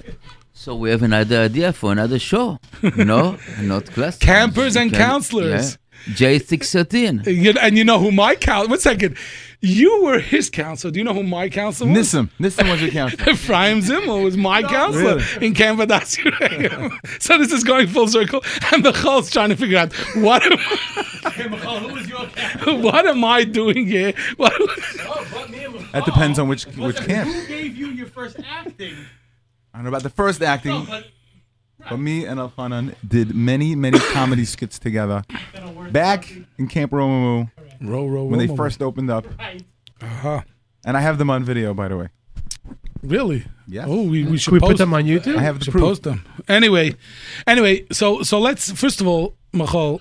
So we have another idea for another show. No, not class.
Campers and counselors.
J six thirteen.
Uh, You- And you know who my counselor? One second. You were his counselor. Do you know who my counselor was?
Nissim. Nissim was your counselor.
Ephraim Zimmel was my counselor in Camp Adas Yireyim. so this is going full circle, and Michal's trying to figure out what am,
who was your Oh,
what am I doing here? What,
That depends on which which camp.
Who gave you your first acting?
I don't know about the first acting,
No,
but, me and Alfanan did many, many comedy skits together. Back in Camp Romamu,
row, row,
when they
Romamu.
first opened up,
uh-huh.
and I have them on video, by the way.
Really?
Yes.
Oh, we, we should
we put
post
them on YouTube?
I have the
should
proof.
post them. Anyway, anyway, so so let's first of all, Michal.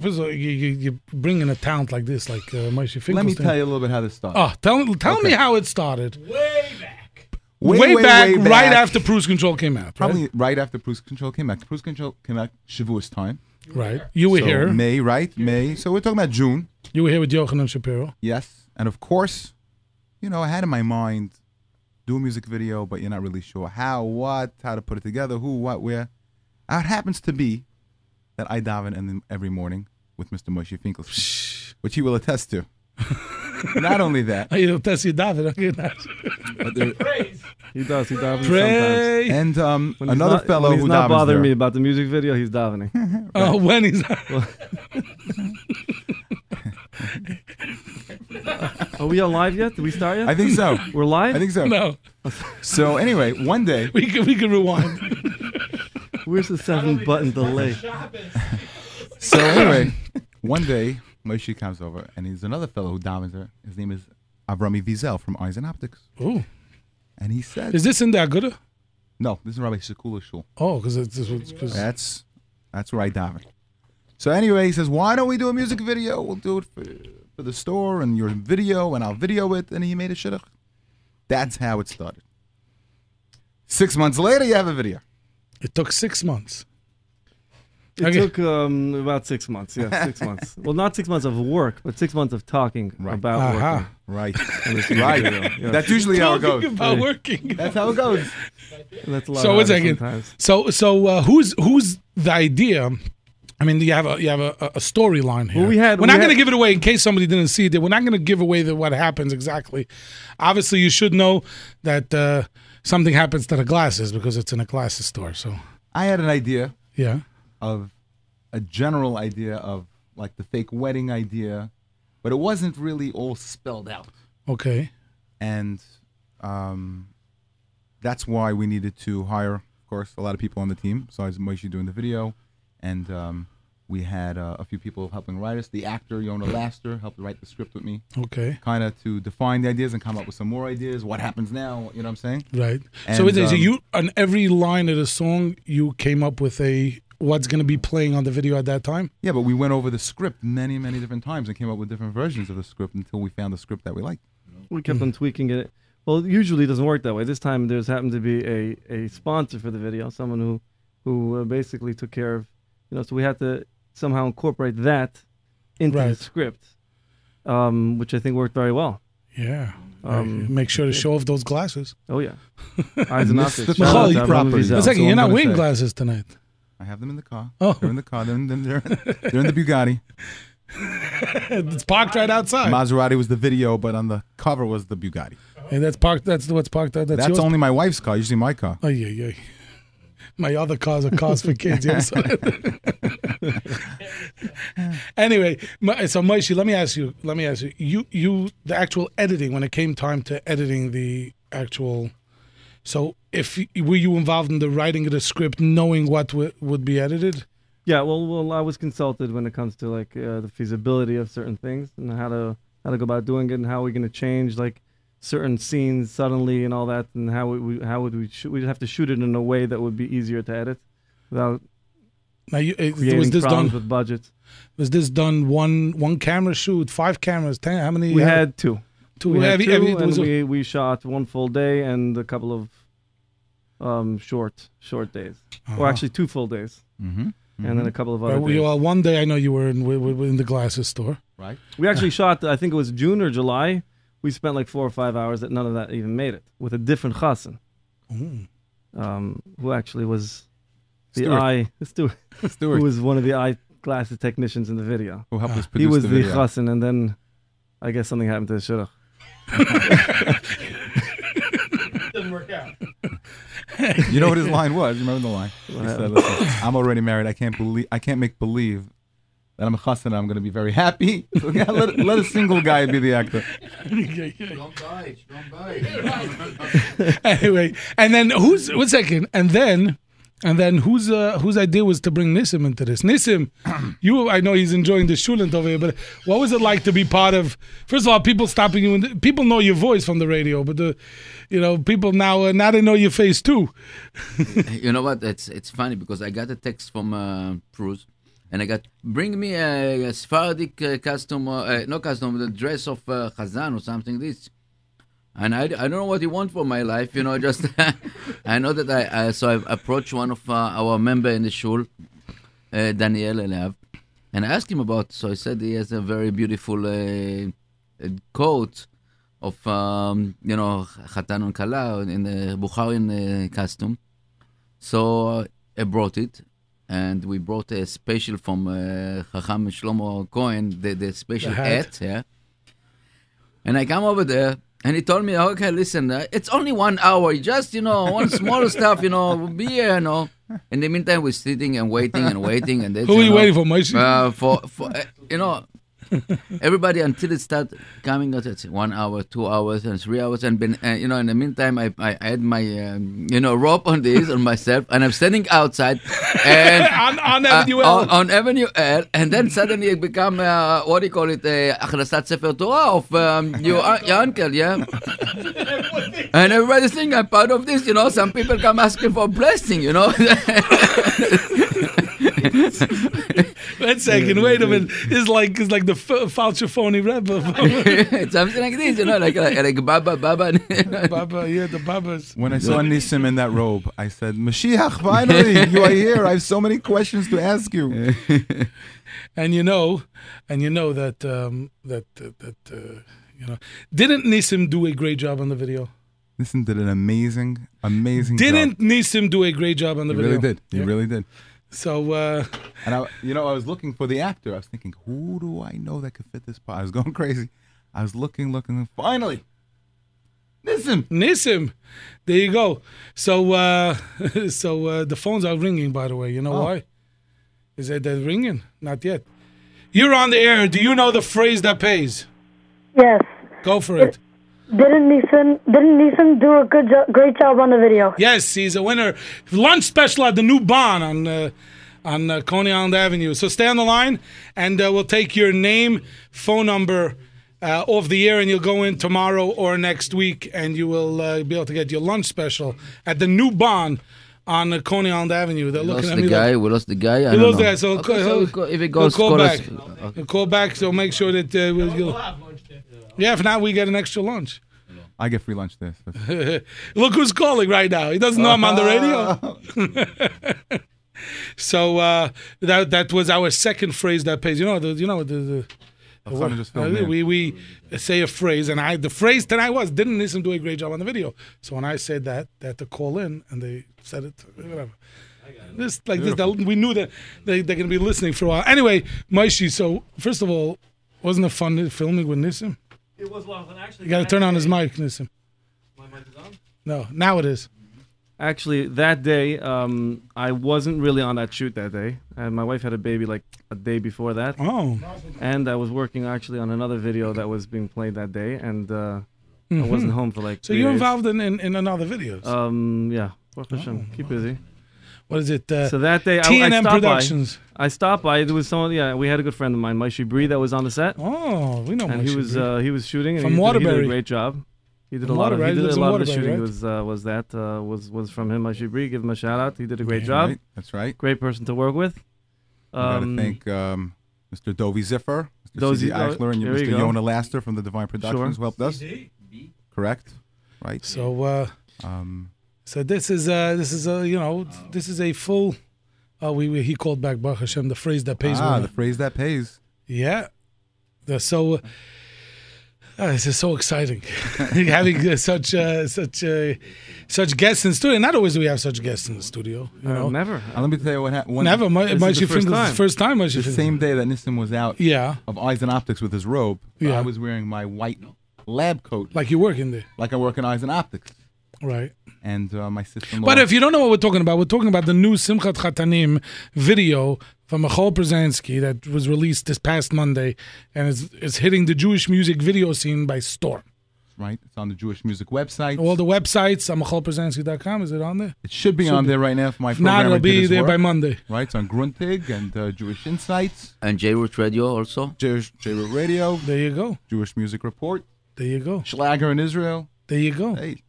First of all, you, you, you bring in a talent like this, like uh, Moshe Finkelstein.
Let me tell you a little bit how this started.
Oh, tell tell me
Okay.
how it started.
Way back.
Way, way,
back,
way
right
back.
after Cruise Control came out.
Probably right, after Bruce Control came out. Bruce Control came out Shavuos time.
Right. right. You were
So
here.
May, right? May. So we're talking about June.
You were here with Yochanan Shapiro.
Yes. And of course, you know, I had in my mind do a music video, but you're not really sure how, what, how to put it together, who, what, where. Uh, It happens to be that I daven in the, every morning with Mr. Moshe Finkelstein, which he will attest to. not only that,
Oh, you test your David. Okay, nice.
but there,
He does. He davens sometimes.
Pray.
and um,
When he's
another
not-
fellow
when he's
who
not
davens
bothering
there.
me about the music video. He's davening.
Oh, when he's
Are we on live yet? Did we start yet?
I think so.
we're live.
I think so.
no,
So anyway, one day,
we can we can rewind.
Where's the seven button delay?
so anyway, one day Moshe comes over, and he's another fellow who davens there. His name is Avrami Wiesel from Eyes and Optics,
Ooh,
and he said,
is this in the Aguda?
No, this is Rabbi Sekula Shul.
Oh, because it's because
That's that's where I dive. in. So anyway, he says, "Why don't we do a music video? We'll do it for, for the store and your video, and I'll video it." And he made a shidduch. That's how it started. Six months later, you have a video.
it took six months.
It
Okay.
took um, about six months. Yeah, six months. Well, not six months of work, but six months of talking about
Aha.
working.
Right,
And this
right.
video, yeah.
That's usually how it
Talking
goes.
about working.
That's how it goes.
That's a lot
So one
of hours
second.
sometimes.
So so uh, who's who's the idea? I mean, you have a you have a, a storyline here.
Well, we had-
we're
we
not
had-
going to give it away in case somebody didn't see it. We're not going to give away the, what happens exactly. Obviously, you should know that uh, something happens to the glasses because it's in a glasses store. So
I had an idea
yeah,
of a general idea of like the fake wedding idea, but it wasn't really all spelled out.
okay.
and um, that's why we needed to hire, of course, a lot of people on the team. So I was Moishi doing the video, and um, we had uh, a few people helping write us. The actor Yona Laster helped write the script with me,
Okay,
kind of to define the ideas and come up with some more ideas. What happens now? You know what I'm saying?
right. so it
And,
is
um,
you on every line of the song you came up with a what's going to be playing on the video at that time.
Yeah, but we went over the script many, many different times and came up with different versions of the script until we found the script that we liked.
We kept
Mm.
on tweaking it. Well, usually it doesn't work that way. This time there's happened to be a, a sponsor for the video, someone who who uh, basically took care of, you know. So we had to somehow incorporate that into the
Right.
script, um, which I think worked very well.
Yeah.
Um,
Make sure to show off those glasses.
Oh yeah.
Eisenach.
Michal, you- One second, you're not wearing glasses tonight.
I have them in the car.
Oh.
They're in the car. They're in, they're in, they're in the Bugatti.
it's parked right outside.
Maserati was the video, but on the cover was the Bugatti.
and that's parked. That's what's parked. That's,
That's,
yours.
only my wife's car. Usually my car.
Oh yeah, yeah. My other cars are cars for kids. you know? anyway, my- so Maishi, let me ask you. Let me ask you. You, you, the actual editing when it came time to editing the actual. So, if y- were you involved in the writing of the script, knowing what w- would be edited?
Yeah, well, well, I was consulted when it comes to like uh, the feasibility of certain things and how to how to go about doing it and how we're going to change like certain scenes suddenly and all that and how we, we how would we shoot, we'd have to shoot it in a way that would be easier to edit without
Now, you, it,
creating
was this
problems
done?
with budget.
Was this done one one camera shoot, five cameras, ten? How many?
We
how-
had two.
Two.
We had
Every-
two,
every-
and
was it-
we, we shot one full day and a couple of um, short short days,
Uh-huh.
or actually two full days,
Mhm,
and then
mhm.
a couple of
Well,
other.
we-
days.
well, one day I know you were in, we- we- we in the glasses store.
Right.
We actually shot, I think it was June or July. We spent like four or five hours that none of that even made it with a different Hassan,
Mm.
um, who actually was the
Stuart.
eye, Stuart,
Stuart.
who was one of the eye glasses technicians in the video.
Who helped us
He
produce
was
the
the,
video.
Hassan, and then I guess something happened to the shidduch.
Didn't work out.
You know what his line was? You remember the line? He
What
said,
happened?
Listen, I'm already married. I can't believe. I can't make believe that I'm a chassan. I'm going to be very happy. So yeah, let, let a single guy be the actor.
anyway, and then who's one second, and then and then whose uh, whose idea was to bring Nissim into this? Nissim, you I know he's enjoying the shulant over here, but what was it like to be part of? First of all, people stopping you, and people know your voice from the radio, but the you know people now uh, now they know your face too.
you know what? It's it's funny because I got a text from uh, Bruce, and I got bring me a, a Sephardic uh, custom, uh, no custom, the dress of uh, Chazan or something this. And I, I don't know what you want for my life, you know. Just I know that I, I so I approached one of uh, our member in the shul, uh, Daniel Elav, and I asked him about. So he said he has a very beautiful uh, uh, coat of um, you know Khatan and Kala in the Bukharian uh, costume. So uh, I brought it, and we brought a special from uh, Chacham Shlomo Cohen, the, the special
The hat.
hat, yeah. And I come over there, and he told me, okay, listen, uh, it's only one hour, just, you know, one small stuff, you know, beer, you know. In the meantime, we're sitting and waiting and waiting. and that's,
Who are you
know,
waiting for, Moshe?
Uh, for, for uh, you know, everybody until it start coming out, it's one hour, two hours, and three hours. And, been, uh, you know, in the meantime, I, I had my, um, you know, rope on this, on myself, and I'm standing outside. And, uh,
On- on Avenue L.
on- on Avenue L, and then suddenly it become uh, what do you call it? Uh, הכנסת Sefer Torah of um, your, un- your uncle, yeah. and everybody's thinking I'm part of this, you know. Some people come asking for blessing, you know.
One second, wait a minute. It's like it's like the f- false phony rapper.
Something like this, you know, like like, like Baba Baba.
Baba, yeah, the Babas.
When I saw Nissim in that robe, I said, Mashiach, finally, you are here. I have so many questions to ask you.
and you know, and you know that um, that that, that uh, you know, didn't Nissim do a great job on the video?
Nissim did an amazing, amazing job.
Didn't Nissim do a great job on the
He
video?
really did. He really did.
So, uh,
And I, you know, I was looking for the actor. I was thinking, who do I know that could fit this part? I was going crazy. I was looking, looking, and finally, Nissim.
Nissim, there you go. So, uh, so uh, the phones are ringing. By the way, you know
Oh.
why? Is it they're ringing? Not yet. You're on the air. Do you know the phrase that pays?
Yes.
Go for it.
Didn't Nissan didn't Nissan do a good jo- great job on the video?
Yes, he's a winner. Lunch special at the New Bond on uh, on uh, Coney Island Avenue. So stay on the line, and uh, we'll take your name, phone number uh, off the air, and you'll go in tomorrow or next week, and you will uh, be able to get your lunch special at the New Bond on uh, Coney Island Avenue. They're
lost
looking at
the
me
guy.
like.
we lost the guy. I
We
don't
lost the
know.
guy, so,
Okay, so we go- if it goes, uh,
we'll call
call
back.
us.
We'll call back, so make sure that uh, we'll. you'll- yeah, if not, we get an extra lunch.
I get free lunch there. so-
Look who's calling right now. He doesn't know I'm on the radio. so uh, that that was our second phrase that pays. You know, the, you know the, the
Chana just filled me in.
we we say a phrase, and I the phrase tonight was didn't Nisim do a great job on the video. So when I said that, they had to call in, and they said it whatever. This like this, that, we knew that they they're gonna be listening for a while. Anyway, Maishi. So first of all, wasn't it fun filming with Nisim?
It was a lot of fun. Actually,
You got to turn on his mic, Nisim. No, now it is.
Actually, that day, um, I wasn't really on that shoot that day, and my wife had a baby like a day before that.
Oh.
And I was working actually on another video that was being played that day, and uh, I wasn't
Mhm.
home for like.
So
three
you're
days.
involved in, Oh. in, in another videos.
Um, yeah. Baruch Hashem. Keep busy.
What is it? Uh,
so that day, I, I
TNM
stopped
Productions.
By, I stopped by. There was someone. Yeah, we had a good friend of mine, Maishi Bree, that was on the set.
Oh, we know
And
Maishi
he was
Bree.
uh, he was shooting. And
From
he did- he did
Waterbury.
a great job. He did a
From
lot of he
Waterbury,
did
lives
a
in
lot of the
Waterbury,
shooting.
right?
Was uh, was that uh, was was from him, Maishi Bree. Give him a shout out. He did a great
Yeah,
job.
right. That's right.
Great person to work with.
We gotta thank um, Mr. Dovey Ziffer, Mr.
Dovey
C.D.
Ziffer,
Eichler, and
there
Mr.
you go.
Yona Laster from the Divine Productions
Sure.
who helped us. Correct. Right.
So uh,
um,
So this is uh this is a you know this is a full. Oh, we, we he called back Baruch Hashem the phrase that pays.
ah,
women.
the phrase that pays.
yeah, they're so. Uh, this is so exciting, having uh, such uh, such uh, such guests in the studio. Not always do we have such guests in the studio. You know,
Uh, never.
And let me tell you what happened.
Never. My- This my is the first fingers- time. first time my
The
fingers-
same day that Nissen was out.
Yeah.
Of Eyes and Optics with his robe.
Yeah.
I was wearing my white lab coat.
Like you work in there.
Like I work in Eyes and Optics.
Right.
And uh, my sister.
But if you don't know what we're talking about, we're talking about the new Simchat Chatanim video from Michal Brzezinski that was released this past Monday, and it's it's hitting the Jewish music video scene by storm.
right, it's on the Jewish music website.
All the websites, uh, on michalbrzezinski.com, is it on there?
It should be on there right now. If my
If not,
programmer
it'll
did
be
his
there by
work.
Monday.
Right, it's on Gruntig and uh, Jewish Insights,
And J Root Radio also.
Jewish J-Root Radio.
There you go.
Jewish Music Report.
There you go.
Schlager in Israel.
There you go.
Hey.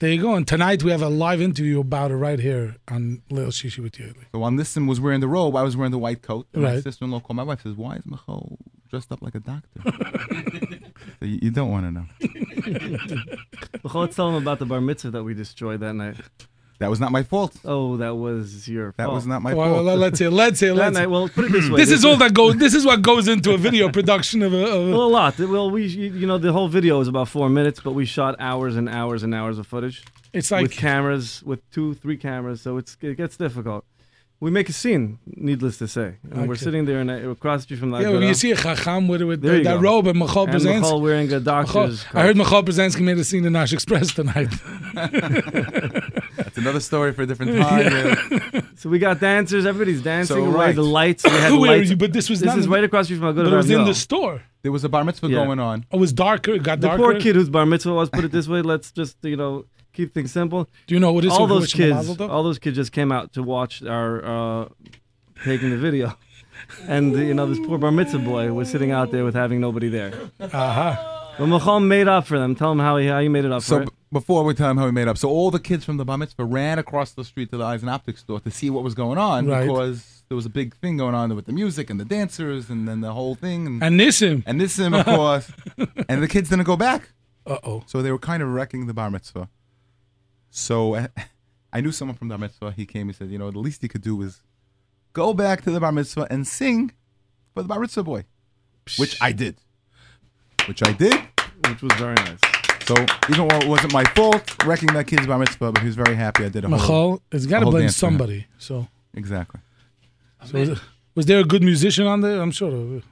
There you go. And tonight we have a live interview about it right here on Little Shishi with you.
So while Nissen was wearing the robe, I was wearing the white coat. And My
Right.
sister-in-law called my wife. Says, "Why is Michal dressed up like a doctor?" so you, you don't want to know.
Bechol, let's tell them about the bar mitzvah that we destroyed that night.
That was not my fault.
Oh, that was your
That
fault.
was not my
Well, well, let's hear. Let's hear.
That
Let's
night,
hear.
well, put it this way.
This is all
that.
that goes. This is what goes into a video production of a. Of a
Well, a lot. Well, we, you you know, the whole video is about four minutes, but we shot hours and hours and hours of footage.
It's like-
with cameras, with two, three cameras, so it's it gets difficult. We make a scene, needless to say, and we're
Okay.
sitting there and I, across the street from that.
yeah, well, you see a chacham with, with
uh, There you
that
go.
robe and Michal
And
Brzezinski.
Michal wearing a doctor's
Michal- I heard Michal Brzezinski made a scene in Nash Express tonight.
That's another story for a different time.
So we got dancers. Everybody's dancing
So,
away.
right.
The lights. We had
Where
lights.
you- but this was
this
not
is
in-
right across the street from Aguda
But it was in
Ramil.
the store.
There was a bar mitzvah
Yeah.
going on.
Oh, It was darker. It got
The
darker.
poor kid whose bar mitzvah was. Put it this way. Let's just you know keep things simple.
Do you know what it is
All
with
those
which Mazel
kids.
Tov?
All those kids just came out to watch our uh, taking the video, and you know this poor bar mitzvah boy was sitting out there with having nobody there.
Uh-huh.
But Michal made up for them. Tell him how he how he made it up
So
for it.
b- before we tell him how we made up, so all the kids from the bar mitzvah ran across the street to the eyes and optics store to see what was going on
Right.
because there was a big thing going on with the music and the dancers and then the whole thing. And,
And Nissim.
And Nissim, of course. and the kids didn't go back.
Uh oh.
So they were kind of wrecking the bar mitzvah. So uh, I knew someone from the bar mitzvah. He came and said, you know, the least he could do was go back to the bar mitzvah and sing for the bar mitzvah boy, which I did. Which I did.
Which was very nice.
So even though it wasn't my fault, wrecking that kid's bar mitzvah, but he was very happy I did a whole.
Michal, it's got
a
to
whole
blame
dance for him.
somebody. So,
Exactly.
so was, was there a good musician on there? I'm sure. there was.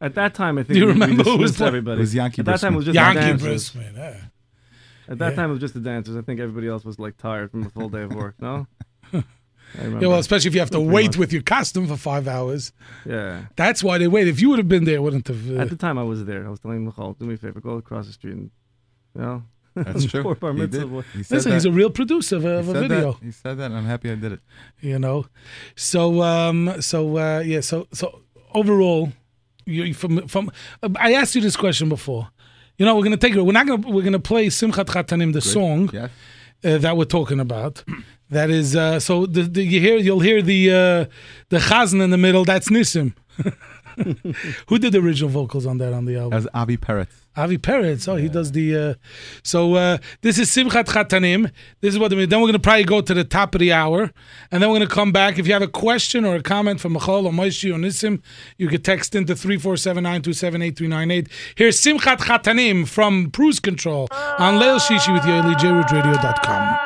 At that time, I think
Do you
we- we
remember who was
dismissed
playing?
everybody.
It was Yankee
At that time,
Brisman.
it was just
Yankee
the dancers.
Brisman, yeah.
At that
Yeah.
time, it was just the dancers. I think everybody else was like tired from a full day of work. No. I
Yeah,
remember.
well, especially if you have to
Pretty
wait
much.
with your costume for five hours.
Yeah.
That's why they wait. If you would have been there, it wouldn't have. Uh,
At the time, I was there. I was telling Michal, do me a favor, go across the street and, you know.
That's true.
Poor bar
He
mitzvah
did.
boy.
He said
listen,
that.
he's a real producer of, a-
He
of a
said that-
video.
He said that, and I'm happy I did it.
You know, so um, so uh, yeah, so so overall, you you from from. Uh, I asked you this question before. You know, we're gonna take it. We're not gonna we're gonna play Simchat Chatanim, the song
yes.
uh, that we're talking about. That is uh, so. The, the, you hear you'll hear the uh, the chazan in the middle. That's Nisim. Who did the original vocals on that on the album?
As Avi Perret.
Avi Peretz. Oh, he does the. Uh, so uh, this is Simchat Chatanim. This is what I mean. Then we're going to probably go to the top of the hour, and then we're going to come back. If you have a question or a comment from Michal or Moshe or Nissim, you can text into three four seven nine two seven eight three nine eight. Here's Simchat Chatanim from Cruise Control on Leil Shishi with YoeliJRootRadio.com.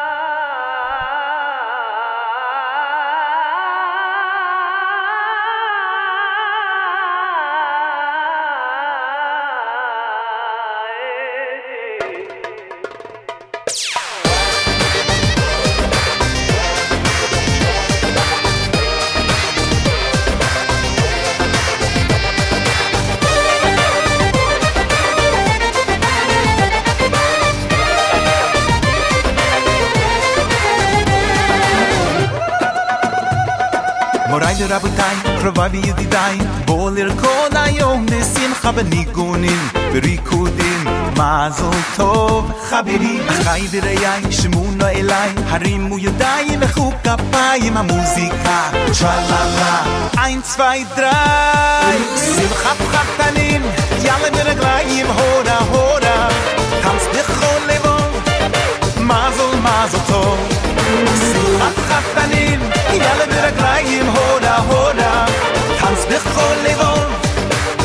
מוריי ורבותיי, קרוביי וידידיי, בואו לרקוד היום לשמחה בניגונים וריקודים. מזל טוב, חברים. אחיי וראיי, שמעו נא אליי, הרימו ידיים, מחאו כפיים, המוזיקה. טרללה, אין צווי דריי. שמחת חתנים, יאללה ברגליים, הורה הורה. טנץ בכל לבוב, מזל מזל טוב. שמחת חתנים, יאללה ברגליים, הורה הורה. טנץ בכל לבוב,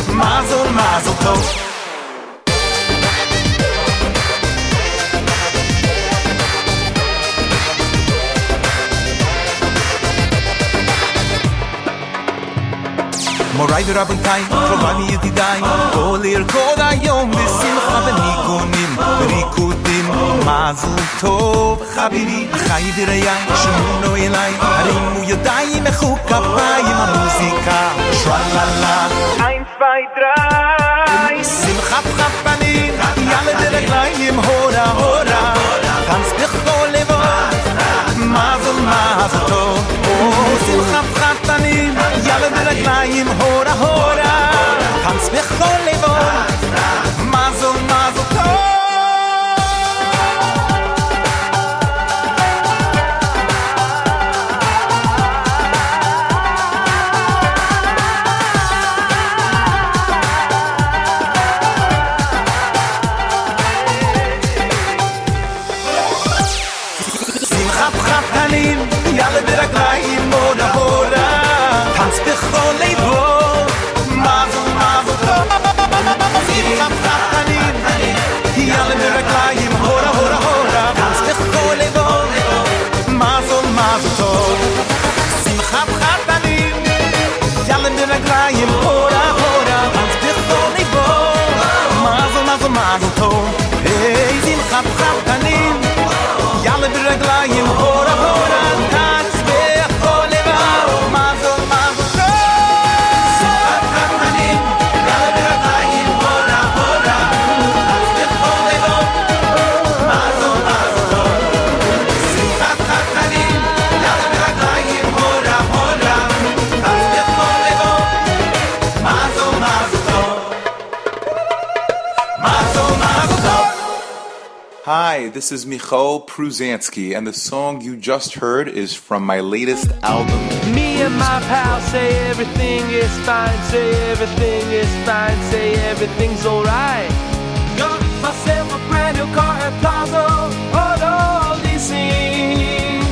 מזל מזל טוב. מוריי ורבותיי, קרוביי וידידיי, בואו לרקוד היום לשמחה בניגונים, ריקודים, מזל טוב, חברי, אחיי וראיי, שמעונו אליי, הרימו ידיים, מחאו כפיים, המוזיקה, שרללה,
Eins, zwei, drei.
שמחת חפנים, יאללה דרגליים, הורה הורה, טנץ בכל לבד, מזל מזל טוב, שמחת חפנים, יאללה דרגליים, הורה הורה, טנץ בכל לבד, מזל מזל טוב. שמחת חתנים, יאללה ברגליים, מודה הורה, טנץ בכל ליבו, מזל מזל טוב. שמחת חתנים, יאללה ברגליים, הורה הורה הורה, טנץ בכל ליבו, מזל מזל טוב. שמחת חתנים, יאללה ברגליים, הורה הורה, טנץ בכל ליבו, מזל מזל מזל טוב. היי, שמחת חתנים, יאללה ברגליים, הורה הורה, טנץ בכל לבב, מזל מזל טוב. שמחת חתנים, יאללה ברגליים, הורה הורה, טנץ בכל לבב, מזל מזל טוב. שמחת חתנים, יאללה ברגליים, הורה הורה, טנץ בכל לבב, מזל מזל טוב. מזל מזל טוב.
Hi, this is Michal Pruzansky, and the song you just heard is from my latest album.
Me and my pal say everything is fine, say everything is fine, say everything's alright. Got myself a brand new car at Plaza, on all these things.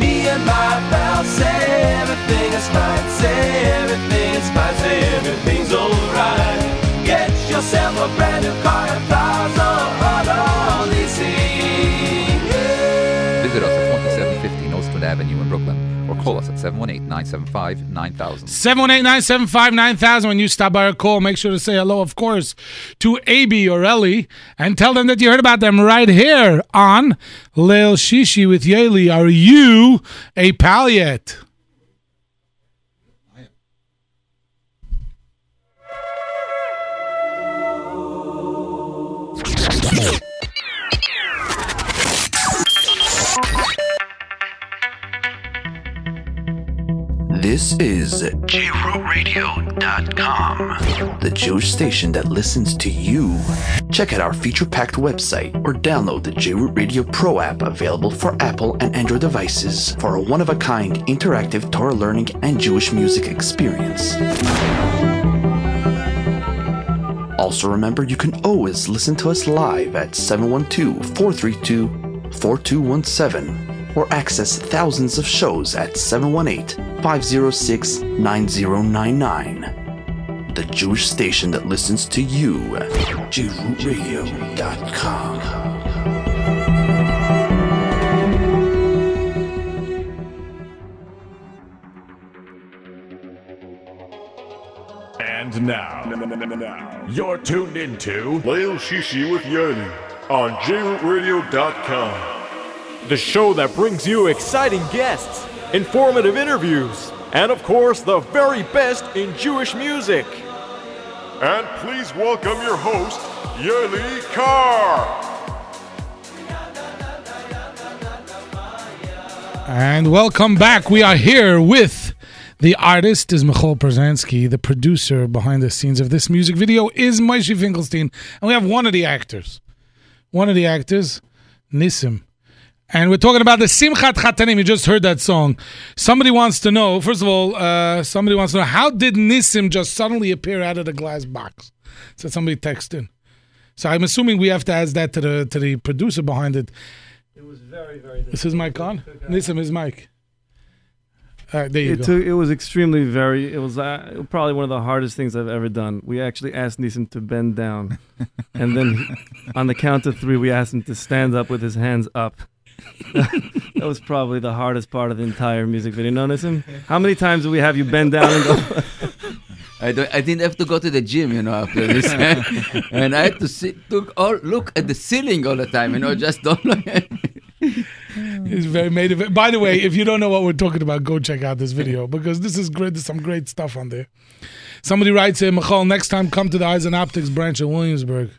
Me and my pal say everything is fine, say everything is fine, say everything's alright. Get yourself a brand new car at Plaza, on all these things.
Visit us at 2750 Nostrand Avenue in Brooklyn or call us at 718 975 9000.
718-975-9000 when you stop by or call make sure to say hello of course to AB or Ellie and tell them that you heard about them right here on Lil Shishi with Yaeli are you a pal yet
This This is JRootRadio.com, the Jewish station that listens to you. Check out our feature packed website or download the JRoot Radio Pro app available for Apple and Android devices for a one of a kind interactive Torah learning and Jewish music experience. Also, remember you can always listen to us live at 712 432 4217 or access thousands of shows at 718 506 9099. The Jewish station that listens to you. JewRadio.com.
And now,
You're tuned into Leil Shishi with Yearning on JRootRadio.com.
The show that brings you exciting guests, informative interviews, and of course, the very best in Jewish music.
And please welcome your host, Yerli Carr.
And welcome back. We are here with the artist is Michal Przanski. The producer behind the scenes of this music video is Moshe Finkelstein. And we have one of the actors. One of the actors, Nissim. And we're talking about the Simchat Chatanim. You just heard that song. Somebody wants to know, first of all, uh, somebody wants to know, how did Nissim just suddenly appear out of the glass box? So somebody texted in. So I'm assuming we have to ask that to the, to the producer behind it. This is mic on? Nissim is mic. All right, there you
it
go.
took. It was extremely very. It was uh, probably one of the hardest things I've ever done. We actually asked Neeson to bend down, and then on the count of three, we asked him to stand up with his hands up. that was probably the hardest part of the entire music video. No, Neeson, how many times do we have you bend down and go?
I, don't, I didn't have to go to the gym, you know, after this. and I had to sit, took all, look at the ceiling all the time, you know, just don't look at
It's very made of it. By the way, if you don't know what we're talking about, go check out this video because this is great. There's some great stuff on there. Somebody writes here, Michal, next time come to the Eyes and Optics branch in Williamsburg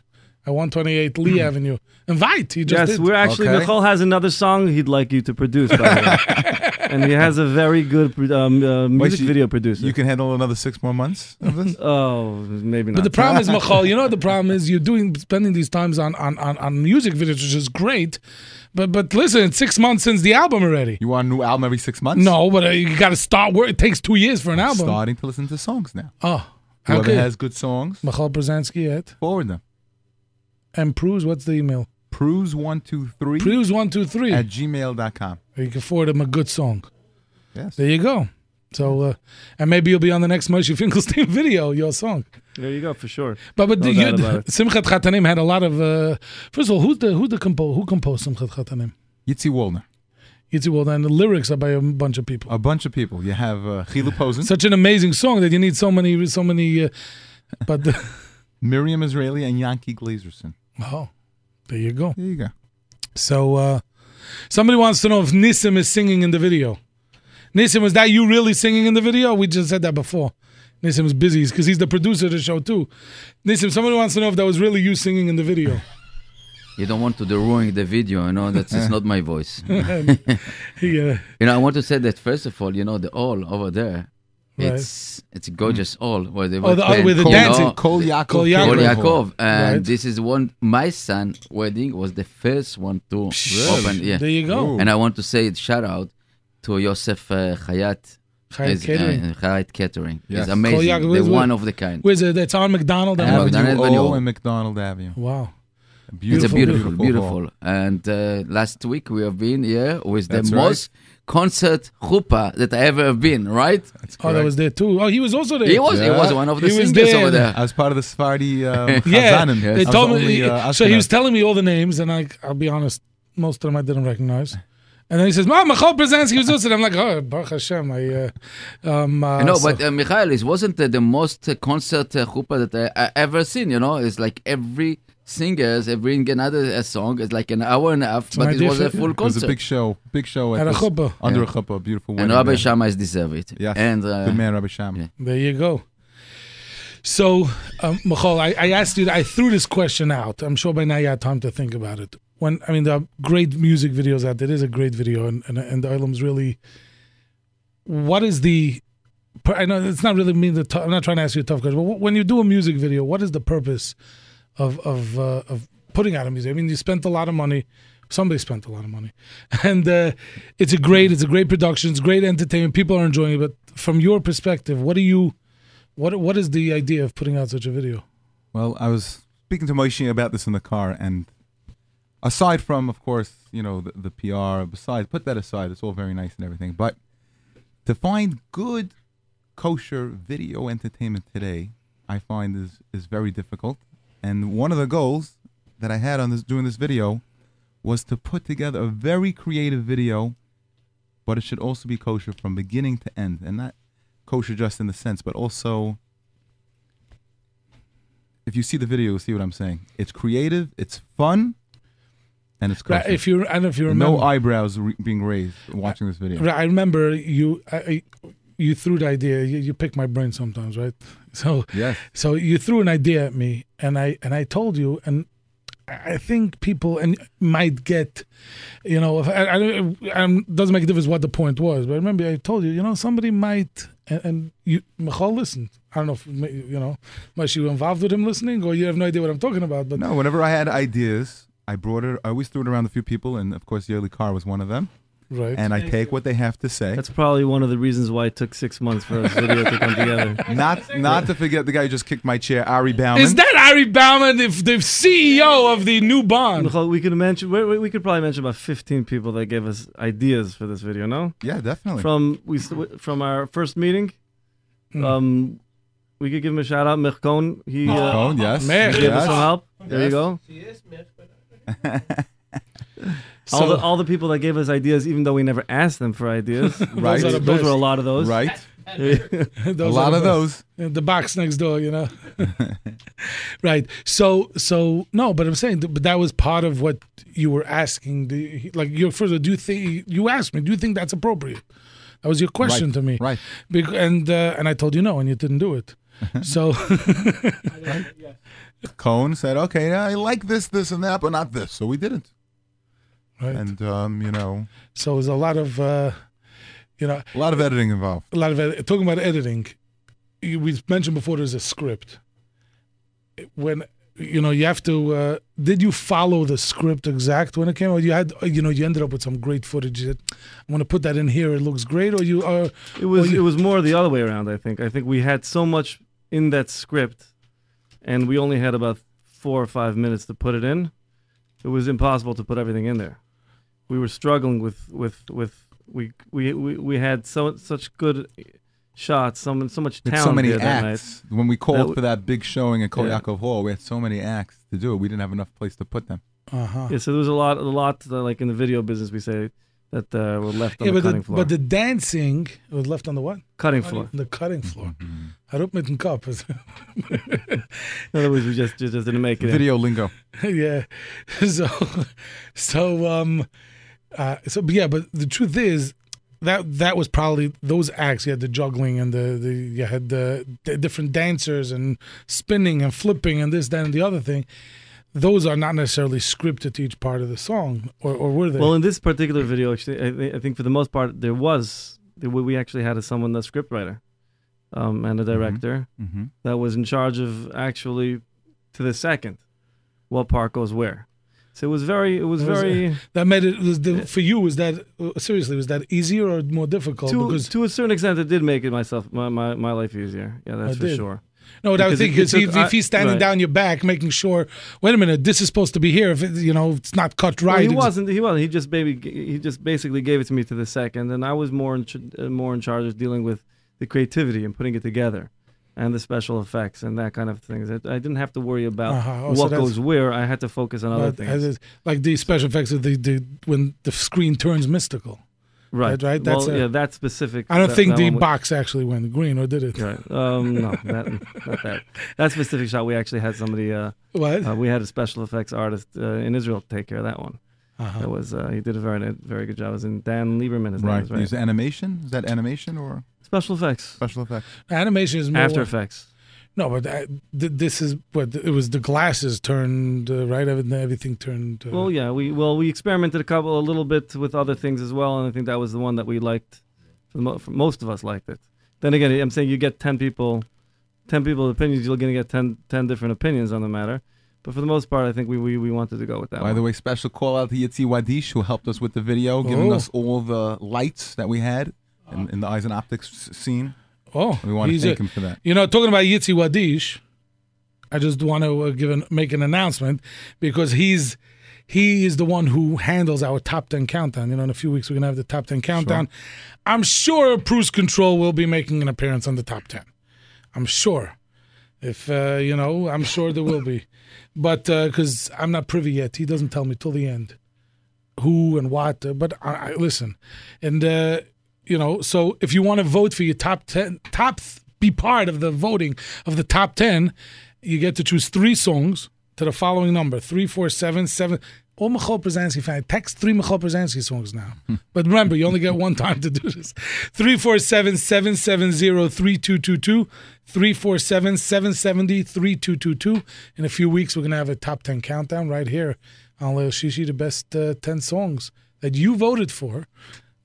at 128 Lee Avenue. Invite. He just
Hmm. yes,
did.
we're actually. Nicole has another song he'd like you to produce, by the way. and he has a very good pro- um, uh, music
so you-
video producer.
You can handle another six more months of this?
oh, maybe not.
But the problem is, Michal, you know what the problem is? You're doing spending these times on, on, on, on music videos, which is great. But but listen, it's six months since the album already.
You want a new album every six months?
No, but uh, you got to start work. It takes two years for an album.
Starting to listen to songs now.
Oh,
Whoever
okay.
has good songs,
Michal Brzezinski at
forward them.
And Pruse, what's the email?
Pruse123
Pruse123
at gmail.com.
You can forward him a good song.
Yes.
There you go. So, uh, and maybe you'll be on the next Moshe Finkelstein video, your song.
There you go, for sure.
But but
No
the,
doubt
you,
about it.
Simchat Chatanim had a lot of. Uh, first of all, who's the who the compo who composed Simchat Chatanim?
Yitzi Wolner.
Yitzi Wolner, and the lyrics are by a bunch of people.
A bunch of people. You have uh, Chilu Posen,
Such an amazing song that you need so many so many. Uh, but the,
Miriam Israeli, and Yankee Glazerson.
oh, there you go.
There you go.
So uh, somebody wants to know if Nissim is singing in the video. Nissim, was that you really singing in the video? We just said that before. Nissim is busy because he's the producer of the show too. Nissim, somebody wants to know if that was really you singing in the video.
You don't want to ruin the video, you know, that's it's not my voice.
yeah.
You know, I want to say that first of all, you know, the all over there,
Right.
it's it's a gorgeous all where they
Oh,
were
the- oh,
playing
with the
Kol-
dancing.
no,
Kol
the-
Yaakov
Kol
Kol
Yaakov.
Yaakov.
And
Right.
this is one my son wedding was the first one to open. Yeah,
There you go.
And I want to say shout out to Yosef uh, Hayat.
Chayat
Is, uh,
Catering.
Chayat Catering.
Yes.
It's
Kol
amazing.
Yaakov,
They're
where's-
one of the kind.
Where's it? uh, That's on McDonald. Oh,
Yeah,
Avenue.
McDonald Avenue.
O and McDonald Avenue.
Wow.
It's a beautiful, beautiful.
hall.
And uh, last week we have been here with the
That's right.
most concert chuppah that I ever have been, right?
Oh, that was there too. Oh, he was also there.
He was- he Yeah. was one of the
He was
singers over there.
I was part of the Sephardi uh,
Yeah,
Chazanim. I
they
was
told
only,
me. so he
uh, Ashkenaz.
was telling me all the names, and I, I'll be honest, most of them I didn't recognize. And then he says, "Mom, Michal Brzezinski was also." there." I'm like, "Oh, Baruch Hashem." I, uh, um,
Ah,
uh,
no,
so-
but uh, Michael, it wasn't uh, the most uh, concert uh, chuppah that I, I ever seen. You know, it's like every singers have bring another uh, song. It's like an hour and a half, but it was a full
It was
concert.
a big show. Big show at,
At a
this-
chuppah.
Under
Yeah.
a chuppah. Beautiful
and
wedding.
Rabbi
there.
Shammai is deserve it.
Yes.
And uh,
Good man, Rabbi Shammai.
There you go. So, um, Michal, I, I asked you, I threw this question out. I'm sure by now you had time to think about it. When I mean, there are great music videos out there. It is a great video, and and, and the album's really. What is the per- I know it's not really mean. To t- I'm not trying to ask you a tough question, but wh- when you do a music video, what is the purpose of of uh, of putting out a music? I mean, you spent a lot of money. Somebody spent a lot of money, and uh, it's a great, it's a great production. It's great entertainment. People are enjoying it. But from your perspective, what do you, what what is the idea of putting out such a video?
Well, I was speaking to Moishi about this in the car, and aside from, of course, you know, the, the PR, besides, put that aside, it's all very nice and everything, but to find good kosher video entertainment today, I find is, is very difficult. And one of the goals that I had on this doing this video was to put together a very creative video, but it should also be kosher from beginning to end, and not kosher just in the sense, but also if you see the video, you'll see what I'm saying. It's creative, it's fun, and it's
Right,
kosher.
if you- I don't know if you
no
remember-
eyebrows re- being raised watching this video.
Right, I remember you. I, I- you threw the idea. You, you pick my brain sometimes, right? So
Yes.
So you threw an idea at me, and I and I told you, and I I think people and might get, you know, if I, I, I'm- doesn't make a difference what the point was, but remember I told you, you know, somebody might and, and you Michal listened. I don't know if ma- you know, was you involved with him listening, or you have no idea what I'm talking about, but
No, whenever I had ideas, I brought it. I always threw it around a few people, and of course, Yearly Car was one of them.
Right.
And I take what they have to say.
That's probably one of the reasons why it took six months for this video to come together.
Not, not to forget the guy who just kicked my chair, Ari Bauman.
Is that Ari Bauman, the, the CEO of the new bond?
we could mention. We, we- we could probably mention about fifteen people that gave us ideas for this video. No.
Yeah, definitely.
From we s- w- from our first meeting,
Hmm.
um, we could give him a shout out. Mirkon. He uh,
Mirkon, yes,
he gave us
yes.
some help. There you
Yes.
go. all the all the people that gave us ideas, even though we never asked them for ideas.
Right.
Those,
Those are the
those were a
best.
lot of those.
Right.
Those are the best. The box next door, you know. right. So, so no, but I'm saying, th- but that was part of what you were asking. The, like, your first, do you think you asked me? Do you think that's appropriate? That was your question
Right,
to me,
right.
Bec- and uh, and I told you no, and you didn't do it. So,
Cohn said, okay, I like this, this, and that, but not this. So we didn't.
Right.
And, um, you know,
so it was a lot of, uh, you know,
a lot of editing involved.
a lot of edi- talking about editing. you- We mentioned before there's a script. When you know you have to, uh, did you follow the script exact when it came out? You had, you know, you ended up with some great footage. You said, I'm gonna put that in here. It looks great, or you are.
It was it was more the other way around. I think. I think we had so much in that script, and we only had about four or five minutes to put it in. It was impossible to put everything in there. We were struggling with with with we we we, we had so such good shots, so so much
With
talent.
so many
there that
acts.
night.
When we called
That-
for that big showing at
Yeah.
Koyakov Hall, we had so many acts to do it. We didn't have enough place to put them.
Uh-huh.
Yeah, so there was a lot, a lot that, like in the video business, we say that uh, were left on
Yeah,
the
but
cutting
the,
floor.
but the dancing was left on the what?
Cutting floor.
The cutting floor.
Mm-hmm.
I don't make cup.
in other words, we just just, just didn't make it. in.
Video lingo.
yeah. So, so, um, uh, so, but yeah, but the truth is that that was probably those acts. You had the juggling and the, the you had the, the different dancers and spinning and flipping and this, that, and the other thing. Those are not necessarily scripted to each part of the song, or, or were they?
Well, in this particular video, actually, I, thi- I think for the most part there was there, we we actually had a, someone, the scriptwriter, um, and a
Mm-hmm.
director
mhm.
that was in charge of actually to the second what part goes where. So it was very, it was
It was,
very.
uh, that made it was the, for you. Was that uh, seriously? Was that easier or more difficult?
to,
because
to a certain extent, it did make it myself my, my, my life easier. Yeah,
I
that's for
did.
sure.
No, what I would
Because it-
think
it
is if,
took- I-
if he's standing
right.
down your back, making sure. Wait a minute, this is supposed to be here. If it, you know it's not cut
Well,
right,
he
it's-
wasn't. He wasn't. He just baby. He just basically gave it to me to the second, and I was more in, ch- uh, more in charge of dealing with the creativity and putting it together, and the special effects and that kind of things. I, I didn't have to worry about
Uh-huh. Oh, so
what
that's-
goes where. I had to focus on other
But
things.
as is- like the special effects of the, the when the screen turns mystical.
right.
Right. That's
well,
a-
yeah. That specific.
I don't
that-
think
that
the
one we-
box actually went green, or did it?
Right. Um, no, that, not that. That specific shot, we actually had somebody. Uh,
What?
Uh, we had a special effects artist uh, in Israel take care of that one.
Uh-huh.
That was uh, he did a very very good job. It was in Dan Lieberman. His name
Right.
is right.
Is it animation? Is that animation or?
Special effects.
Special effects.
Animation is more
After Effects.
No, but I, th- this is what it was. The glasses turned uh, right. Everything, everything turned. Uh,
Well, yeah, we well we experimented a couple a little bit with other things as well, and I think that was the one that we liked. For the mo- for most of us liked it. Then again, I'm saying you get 10 people, 10 people opinions, you're going to get 10, 10 different opinions on the matter. But for the most part, I think we, we, we wanted to go with that
By
one.
the way, special call out to Yitzi Wadish, who helped us with the video, giving
Oh.
us all the lights that we had in, in the eyes and optics s- scene.
Oh,
we want to
he's
thank
a-
him for that.
You know, talking about Yitzi Wadish, I just want to uh, give an, make an announcement because he's he is the one who handles our top ten countdown. You know, in a few weeks we're gonna have the top ten countdown. I'm sure Bruce Control will be making an appearance on the top ten. I'm sure. If uh, you know, I'm sure there will be, but because I'm not privy yet, he doesn't tell me till the end who and what. uh, But I, I listen, and uh, you know, so if you want to vote for your top ten, top th- be part of the voting of the top ten, you get to choose three songs to the following number: three, four, seven, seven. All Michal Brzezinski fan text three Michal Brzezinski songs now, but remember you only get one time to do this. Three four seven seven seven zero three two two two. 347 770 3222. In a few weeks, we're going to have a top 10 countdown right here on Lil Shishi, the best uh, 10 songs that you voted for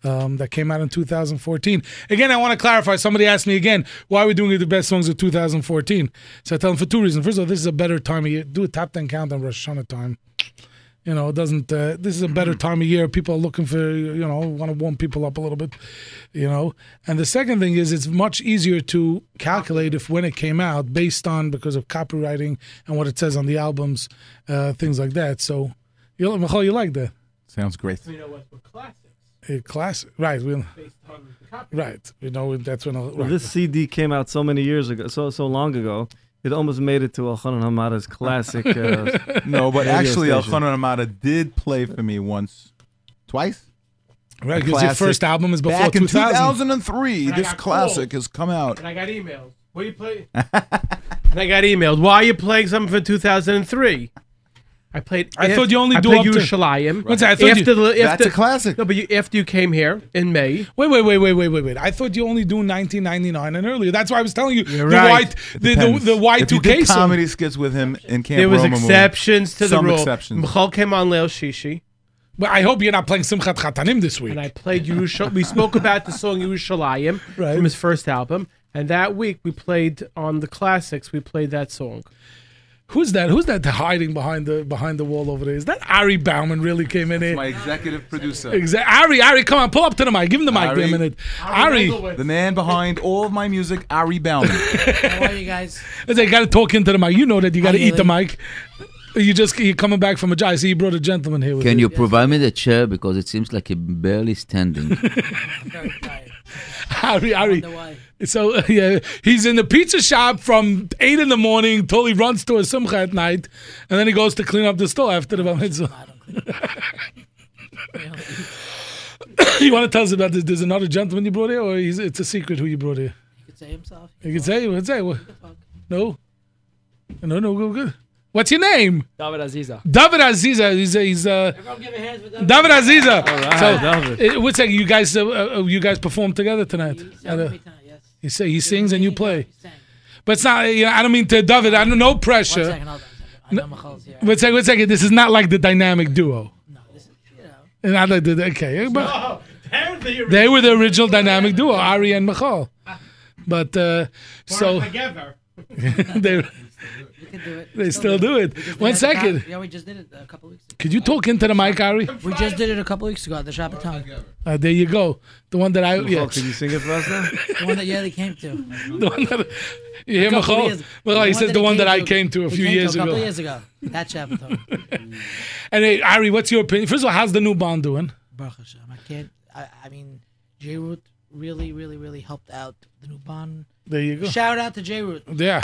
um, that came out in 2014. Again, I want to clarify. Somebody asked me again, why are we doing the best songs of 2014? So I tell them for two reasons. First of all, this is a better time of year. Do a top 10 countdown Rosh Hashanah time. You know, it doesn't. Uh, this is a better time of year. People are looking for, you know, want to warm people up a little bit, you know. And the second thing is, it's much easier to calculate if when it came out based on because of copywriting and what it says on the albums, uh, things like that. So, you, Michal, you like that?
Sounds great.
You know what? We're classic.
A classic, right? We,
Based on the copy.
right. You know that's when.
Well,
Right.
This CD came out so many years ago, so so long ago. It almost made it to Alchanan Hamada's classic. Uh,
no, but
radio
actually,
station.
Elchanan Amada did play for me once, twice.
Right,
A
'cause your
classic.
first album is before
Back in
2000.
2003,
And I
this
got
classic
cold.
has come out.
And I got emails. What do you play? and I got emailed. Why are you playing something from 2003? I played.
I thought you only
I
do
played
up to-
Yerushalayim.
What's that? I thought
after
you-
the, after,
That's a
classic. No, but you, after you came here in May,
Wait, wait, wait, wait, wait, wait, wait. I thought you only do 1999 and earlier. That's why I was telling you the
right.
white, the,
It
the,
depends.
the
If you
Y2K
did
song.
comedy skits with him in Camp
there was
Roma movie,
exceptions to the
some
rule.
exceptions.
Michal came on Leil Shishi.
But I hope you're not playing Simchat Chatanim this week.
And I played Yerushalayim. we spoke about the song Yerushalayim from his first album. And that week we played on the classics. We played that song.
Who's that? Who's that hiding behind the behind the wall over there? Is that Ari Bauman really came in here?
My executive producer.
Exa- Ari, Ari, come on, pull up to the mic. Give him the mic
Ari-
there a minute. Ari,
the man behind all of my music, Ari Bauman.
How are you guys?
they got to talk into the mic. You know that you got to
Hi,
eat the
Eli.
mic. You just you're coming back from a job. I see you brought a gentleman here. With
Can you
you
provide me the chair because it seems like you're barely standing?
Ari, Ari. So yeah, he's in the pizza shop from eight in the morning till he runs to a simcha at night, and then he goes to clean up the store after the bar mitzvah. you want to tell us about this? There's another gentleman you brought here, or he's, it's a secret who you brought here?
could say himself.
You can say, you can say, what? No, no, no, go good. What's your name?
David Aziza.
David Aziza. He's a, he's a,
Everyone give a hand for David.
David Aziza.
All right,
so,
David.
uh, what's that? You guys, uh, uh, you guys perform together tonight. At a- He say he sings and you play. But it's not. You know, I don't mean to David. I don't. No pressure.
One second, hold on. a second. I know Michal's here.
Wait a second, wait a second. This is not like the dynamic duo. No, this is, you know. Not like the, okay, but they were the original dynamic duo, Ari and Michal. But, uh, so.
together.
they,
We can do it.
They still do it.
We just did
One
at the
second.
shop- Yeah, we just did it a couple weeks.
could you talk into the mic, Ari?
We just did it a couple weeks ago at the shop in town.
Uh, there you go. The one that I.
Michal,
Yeah.
could you sing it for us now?
The one that yeah they came to.
The one that. You hear
A couple
Michal?
years-
Michal, he says the one
he
that I came to a
he
few
came to
years
A
ago.
couple years ago. That shop in town.
And hey, Ari, what's your opinion? First of all, how's the new bond doing?
Baruch Hashem. I can't. I, I mean, J Root really, really, really helped out the new bond.
There you go.
Shout out to J Root.
Yeah.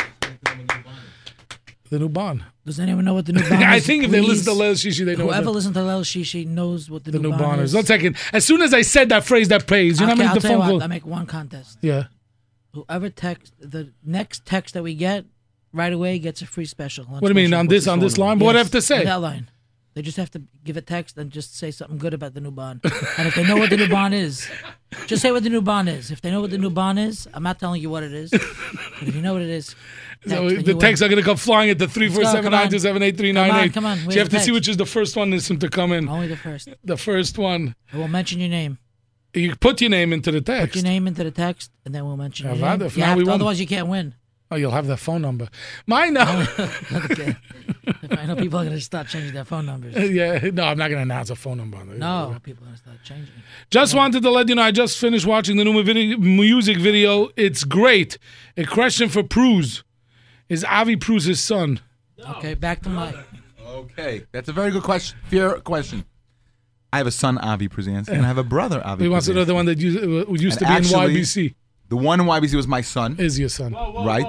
The new bond.
Does anyone know what the new bond
I
is?
think if they listen to
Please.
Lil Shishi, they know what
Whoever
the-
listened to Lil Shishi knows what the,
the new
bond
bond is. One second. As soon as I said that phrase, that praise, you know
Okay,
what I mean?
I'll
The
tell you
phone
what,
call.
I'll make one contest.
Yeah.
Whoever text the next text that we get right away gets a free special. lunch
What do you mean,
special.
on this- on this line? But what do I have to say?
on that line. They just have to give a text and just say something good about the new bond. and if they know what the new bond is, just say what the new bond is. If they know what the new bond is, I'm not telling you what it is. But if you know what it is,
So
text and
the
you
texts are
win.
going to come flying at the
come on.
347-927-8398.
Come on, come on,
So
where's
you have
the
to see
text?
which is the first one is to come in.
Only the first.
The first one.
I will mention your name.
You put your name into the text.
Put your name into the text, and then we'll mention your
Avada,
name.
if
You
not,
have
we
to,
won't.
otherwise, you can't win.
Oh, you'll have their phone number. My number.
I know people are going to start changing their phone numbers.
yeah, no, I'm not going to announce a phone number. On there.
No, people are going to start changing.
Just wanted to let you know, I just finished watching the new movie- music video. It's great. A question for Pruz. Is Avi Pruz his son?
Okay, back to Mike.
Okay, that's a very good question. Fair question. I have a son, Avi Pruzanski, and I have a brother, Avi
He wants to
Pruzanski.
know the one that used, uh, used to
And
be
actually,
in YBC.
The one in YBC was my son.
Is your son.
right?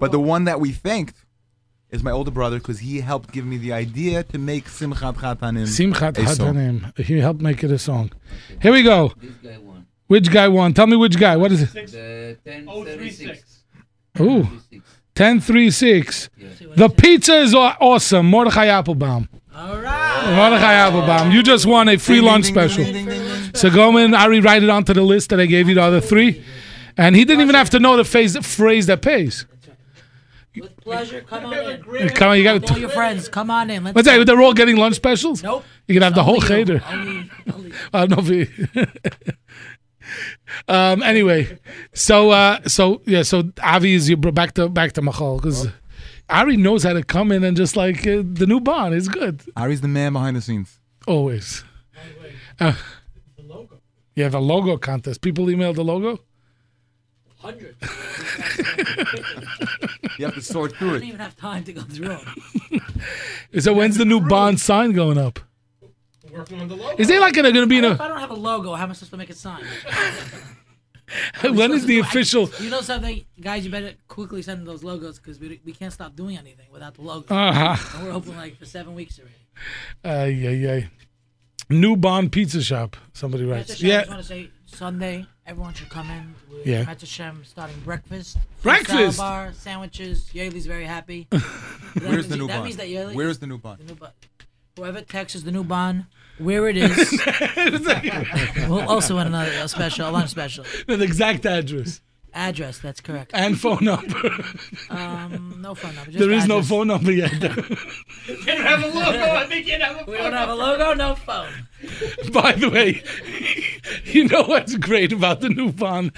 But the one that we thanked is my older brother because he helped give me the idea to make Simchat Chatanim.
Simchat
a song.
Hatanim. He helped make it a song. Here we go. Which guy won? Tell me which guy. What is it?
The 1036.
Ooh. 1036. The pizza is aw- awesome. Mordechai Applebaum.
All
right. Mordechai Applebaum. You just won a free lunch special. So go in, Ari, write it onto the list that I gave you, the other three. And he didn't even have to know the phrase, phrase that pays.
With pleasure, come on in.
Come on, you gotta-
With all your friends, come on in. Let's
What's
go.
that? They're all getting lunch specials?
Nope.
You can have the whole
Only you.
cheder.
Only-
I don't know if he- um, anyway, so uh, so yeah, so Avi is your bro- back to back to Michal because Ari knows how to come in and just like uh, the new bond is good
Ari's the man behind the scenes.
always. Uh, you have a logo contest. People email the logo.
You have to sort
I
through
don't
it.
even have time to go through it.
Is that when's the new bond sign going up?
Working on the logo.
Is there like going to be in
If
a
I don't have a logo, how am I supposed to make a sign?
when is the
I-
official?
You know something, guys? You better quickly send those logos because we, we can't stop doing anything without the logo.
Uh-huh.
And we're open like for seven weeks
Uh,
already.
yeah, yeah. New Bond Pizza Shop. Somebody
Mr.
writes.
Shem, I
Yeah,
just want to say Sunday, everyone should come in. We're
Yeah.
Mr. Shem starting breakfast.
Breakfast?
Salad bar, sandwiches. Yaley's very happy.
Where's the new
That
bond?
means that Yaley.
Where's the new bond?
The new bond. Whoever texts the new bond, where it is, we'll also win another a special, a lunch special.
the exact address
Address, that's correct.
and phone number.
Um, no phone number. Just
there is no
address.
phone number yet.
They don't have a logo. and they can't have a phone. We don't have a logo, no phone.
By the way, you know what's great about the new bond?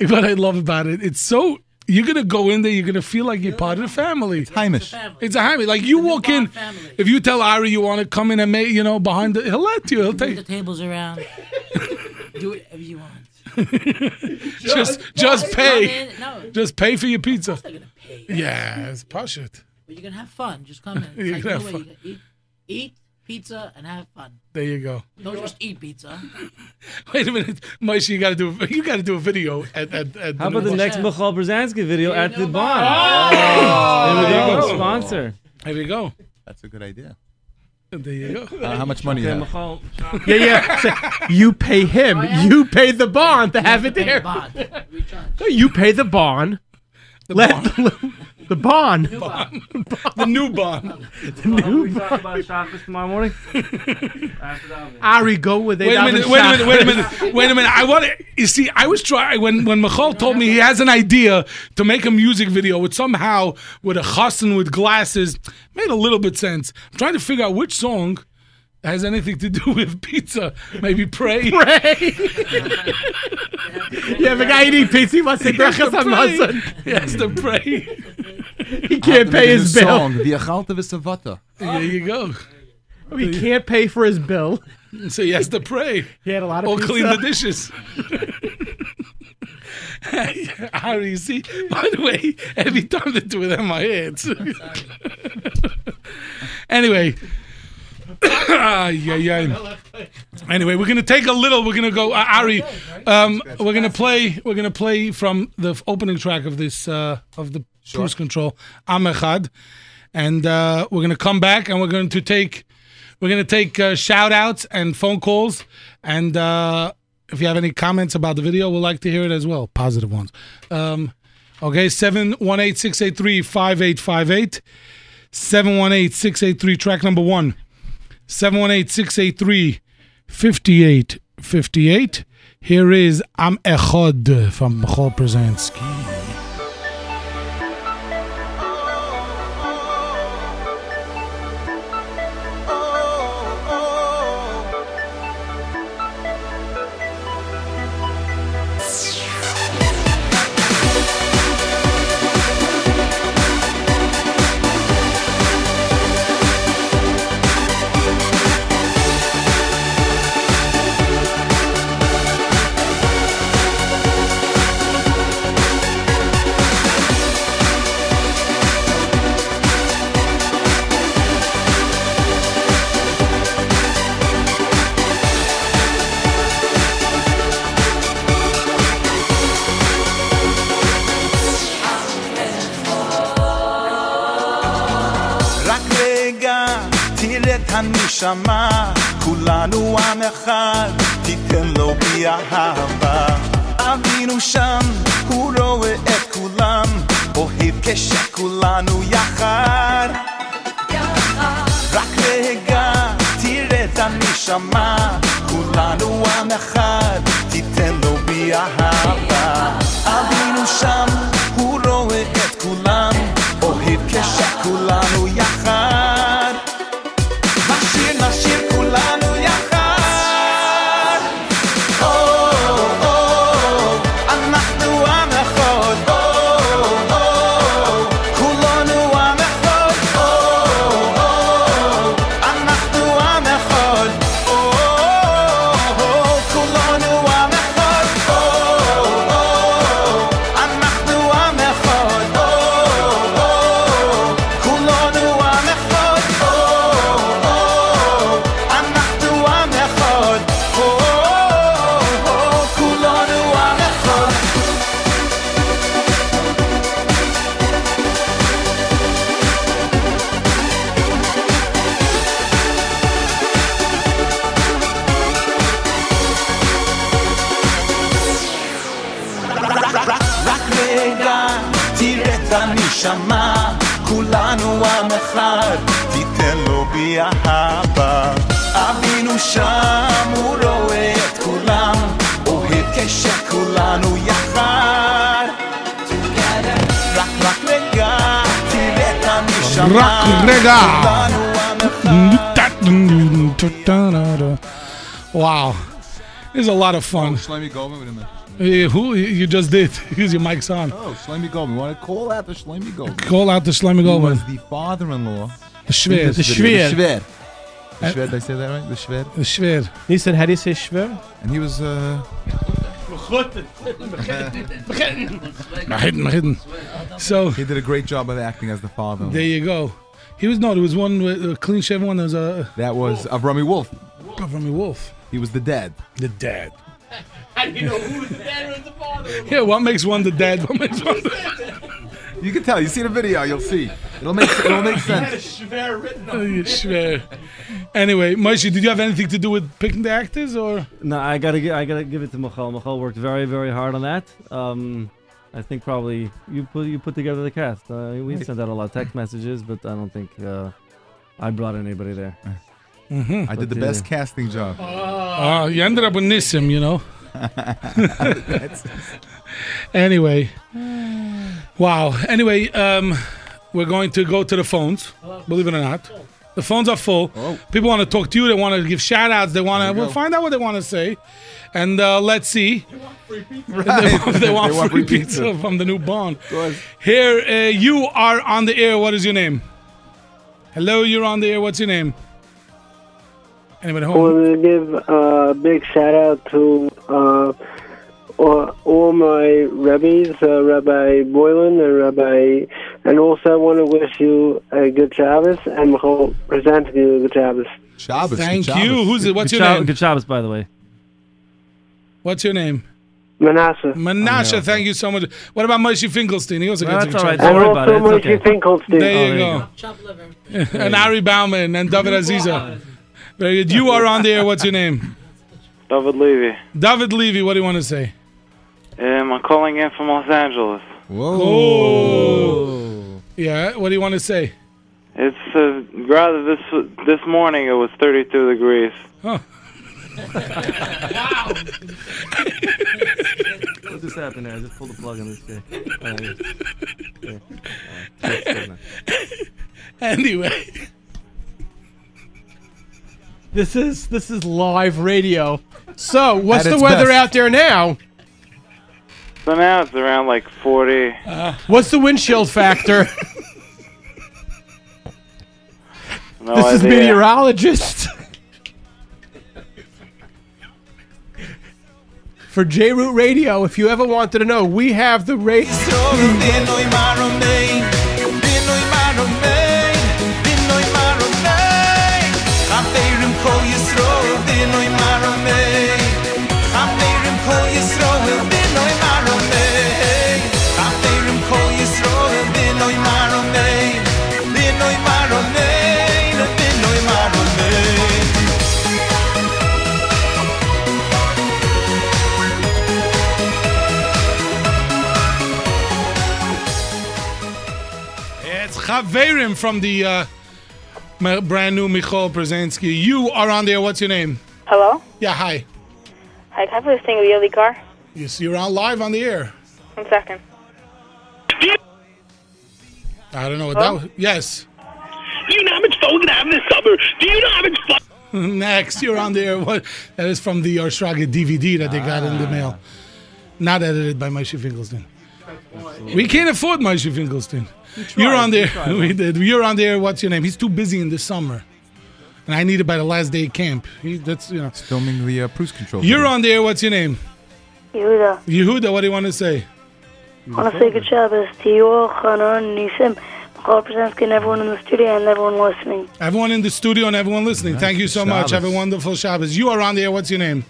What I love about it, it's so you're gonna go in there, you're gonna feel like you're part of the family. It's
Heimish.
It's a Heimish. Like you walk in, if you tell Ari you want to come in and make, you know, behind the, he'll let you. He'll
Move the
take
tables around. Do whatever you want.
just just
Come
pay,
in- No,
just pay for your pizza.
gonna pay.
Yeah, it's posh it.
but you're gonna have fun. Just come in. It's
You're
like,
gonna
you know
have
what, you can eat, eat pizza and have fun.
There you go.
Don't just eat pizza.
Wait a minute, Moshe, you gotta do you gotta do a video at at, at
How about the
new-
next Michal Brzezinski video at the barn?
Oh!
There we go.
Oh.
Sponsor.
There we go.
That's a good idea.
There you go.
Uh, how much money you
Okay,
have?
Michal.
Yeah, yeah. So you pay
Oh,
him. You pay the bond to have it
Pay the
there.
bond. We charge.
No, you pay the bond. The bond. The, bond.
New bond.
The new bond.
The new
We talk about Shabbos tomorrow morning. After that,
Ari, go with it.
Wait a minute, wait a minute, wait a minute, wait a minute. I want to, you see, I was trying, when, when Michal told me he has an idea to make a music video with somehow, with a chassan with glasses, made a little bit sense. I'm trying to figure out which song has anything to do with pizza. Maybe Pray.
Pray. Yeah, the guy eating pizza he wants to
He has to
brachas
pray.
hamazon.
He has to pray.
He can't pay his bill.
The Achalt of Savata.
There you go.
He can't pay for his bill.
So he has to pray.
He had a lot of
Or
pizza.
clean the dishes. Harry, you see, by the way, every time the two of them are hits. anyway. Ah, yeah, yeah. Anyway, we're gonna take a little. We're gonna go, uh, Ari. Um, we're gonna play. We're gonna play from the f- opening track of this uh, of the cruise control, Amechad, and uh, we're gonna come back and we're going to take we're going to take uh, shout outs and phone calls. And uh, if you have any comments about the video, we'd like to hear it as well. Positive ones. Um, okay, 718 683 5858. 718 683, track number one. 718 683 5858. Here is Am Echod from Michal Przanski.
Oh, oh, oh. את הנשמה, כולנו עם אחד, תיתן לו בי אהבה. אבינו שם, הוא רואה את כולם, אוהב כשכולנו יחד. רק רגע, תראה את הנשמה, כולנו עם אחד, תיתן לו בי אהבה. אבינו שם, הוא רואה את כולם, אוהב כשכולנו יחד. נשיר, נשיר כולנו יחד. או, או, אנחנו עם אחד. או, או, כולנו עם אחד. או, או, אנחנו עם אחד. או, או, כולנו עם אחד. או, או, אנחנו עם אחד. או, או, כולנו עם אחד. או, או, אנחנו עם אחד. או, או, כולנו עם אחד. רק- רק רק רגע, תראה את הנשמה, כולנו עם אחד, תיתן לו בי אהבה. אבינו שם, הוא רואה את כולם, אוהב כשכולנו יחד. רק רק רגע, תראה את הנשמה,
רק רגע.
כולנו
Wow. This is a lot of fun.
Shlomi Goldman with a minute.
Eh, Who you just did because your mic's on.
Oh, Shlomi Goldman. Want to call out the Shlomi Goldman?
Call out the Shlomi Goldman.
He was the father-in-law.
The Shver.
The
The Uh,
Shver.
Shver.
The Shver. The Shver. Did I say that right? The Shver.
The Shver.
Nisan, how do you say Shver?
And he was. Uh,
hidden, my hidden. So
he did a great job of acting as the father.
There you go. He was no. There was one with a clean shaven one. There was a
That was Avrami Wolf.
Avrami Wolf.
He was the dad.
The dad.
How do you know who's the dad and the father?
Yeah, what makes one the dad? What makes one? The...
You can tell. You see the video. You'll see. It'll make. It'll make sense.
Shver written
Oh, you swear. Anyway, Moshe, did you have anything to do with picking the actors or?
No, I gotta gi- I gotta give it to Michal. Michal worked very very hard on that. Um, I think probably you put you put together the cast. Uh, we sent out a lot of text messages, but I don't think uh, I brought anybody there.
Mm-hmm.
Mm-hmm.
I did the
But,
best
uh,
casting job.
Uh, you ended up with Nissim, you know. anyway, wow. Anyway, um, we're going to go to the phones. Believe it or not, the phones are full.
Oh.
People want to talk to you. They want to give shout outs. They want to. We'll find out what they want to say, and uh, let's see. They want, they want free, pizza. from the new bond. Here, uh, you are on the air. What is your name? Hello, you're on the air. What's your name? Anybody
I
home?
want to give a big shout out to uh, all- all my rabbis, uh, Rabbi Boylan and Rabbi, and also I want to wish you a good Shabbos and Michal present to you a good Shabbos.
Shabbos.
Thank you. Who's it? What's
Good
your
Shab-
name?
Good Shabbos, by the way.
What's your name?
Manasseh.
Manasseh, thank you so much. What about Moshe Finkelstein? He also
Oh, No,
gets
that's
a good
all right.
job.
Don't worry about it. It's okay.
There you
Oh,
go. and Ari Bauman and David Aziza. Very good. You are on the air. What's your name?
David Levy.
David Levy. What do you want to say?
Um, I'm calling in from Los Angeles.
Whoa.
Oh.
Yeah. What do you want to say?
It's uh, rather this this morning it was 32 degrees.
Huh.
What just happened there? I just pulled the plug on this guy.
Anyway.
This is this is live radio. So, what's
At
the
its
weather
best.
out there now?
So now it's around like 40.
Uh. Ah.
What's the windshield factor?
No
this is
idea.
meteorologist. For J Root Radio, if you ever wanted to know, we have the rate.
Binoy Maroney, Binoy Maroney, Binoy Maroney. Chaverim kol Yisroel, Binoy Maroney. Chaverim kol Yisroel, Binoy Maroney. Chaverim kol Yisroel, Binoy Maroney. Binoy Maroney, Binoy Maroney.
Averim from the uh, my brand new Michal Brzezinski. You are on there. What's your name?
Hello?
Yeah, hi.
Hi, can I please sing Lily Car?
Yes, you're on live on the air.
One second.
I don't know what
Hello?
that was. Yes.
Do you know how much fun we can have this summer? Do you know how much fun?
Next, you're on there. What? That is from the Arshraga DVD that they got in
Ah.
the mail. Not edited by Moshe Finkelstein. We can't afford Moshe Finkelstein. You're on
we
there.
tried.
We did. You're on there. What's your name? He's too busy in the summer. And I need it by the last day of camp. He, that's, you know.
Filming the uh, cruise control.
You're on there. What's your name?
Yehuda.
Yehuda, what do you want to say?
I want to say good job as to you all, Hanan, Nisim, Michal Brzezinski, and everyone in the studio and everyone listening.
Everyone in the studio and everyone listening, thank you so much. Have a wonderful Shabbos. You are on the air. What's your name?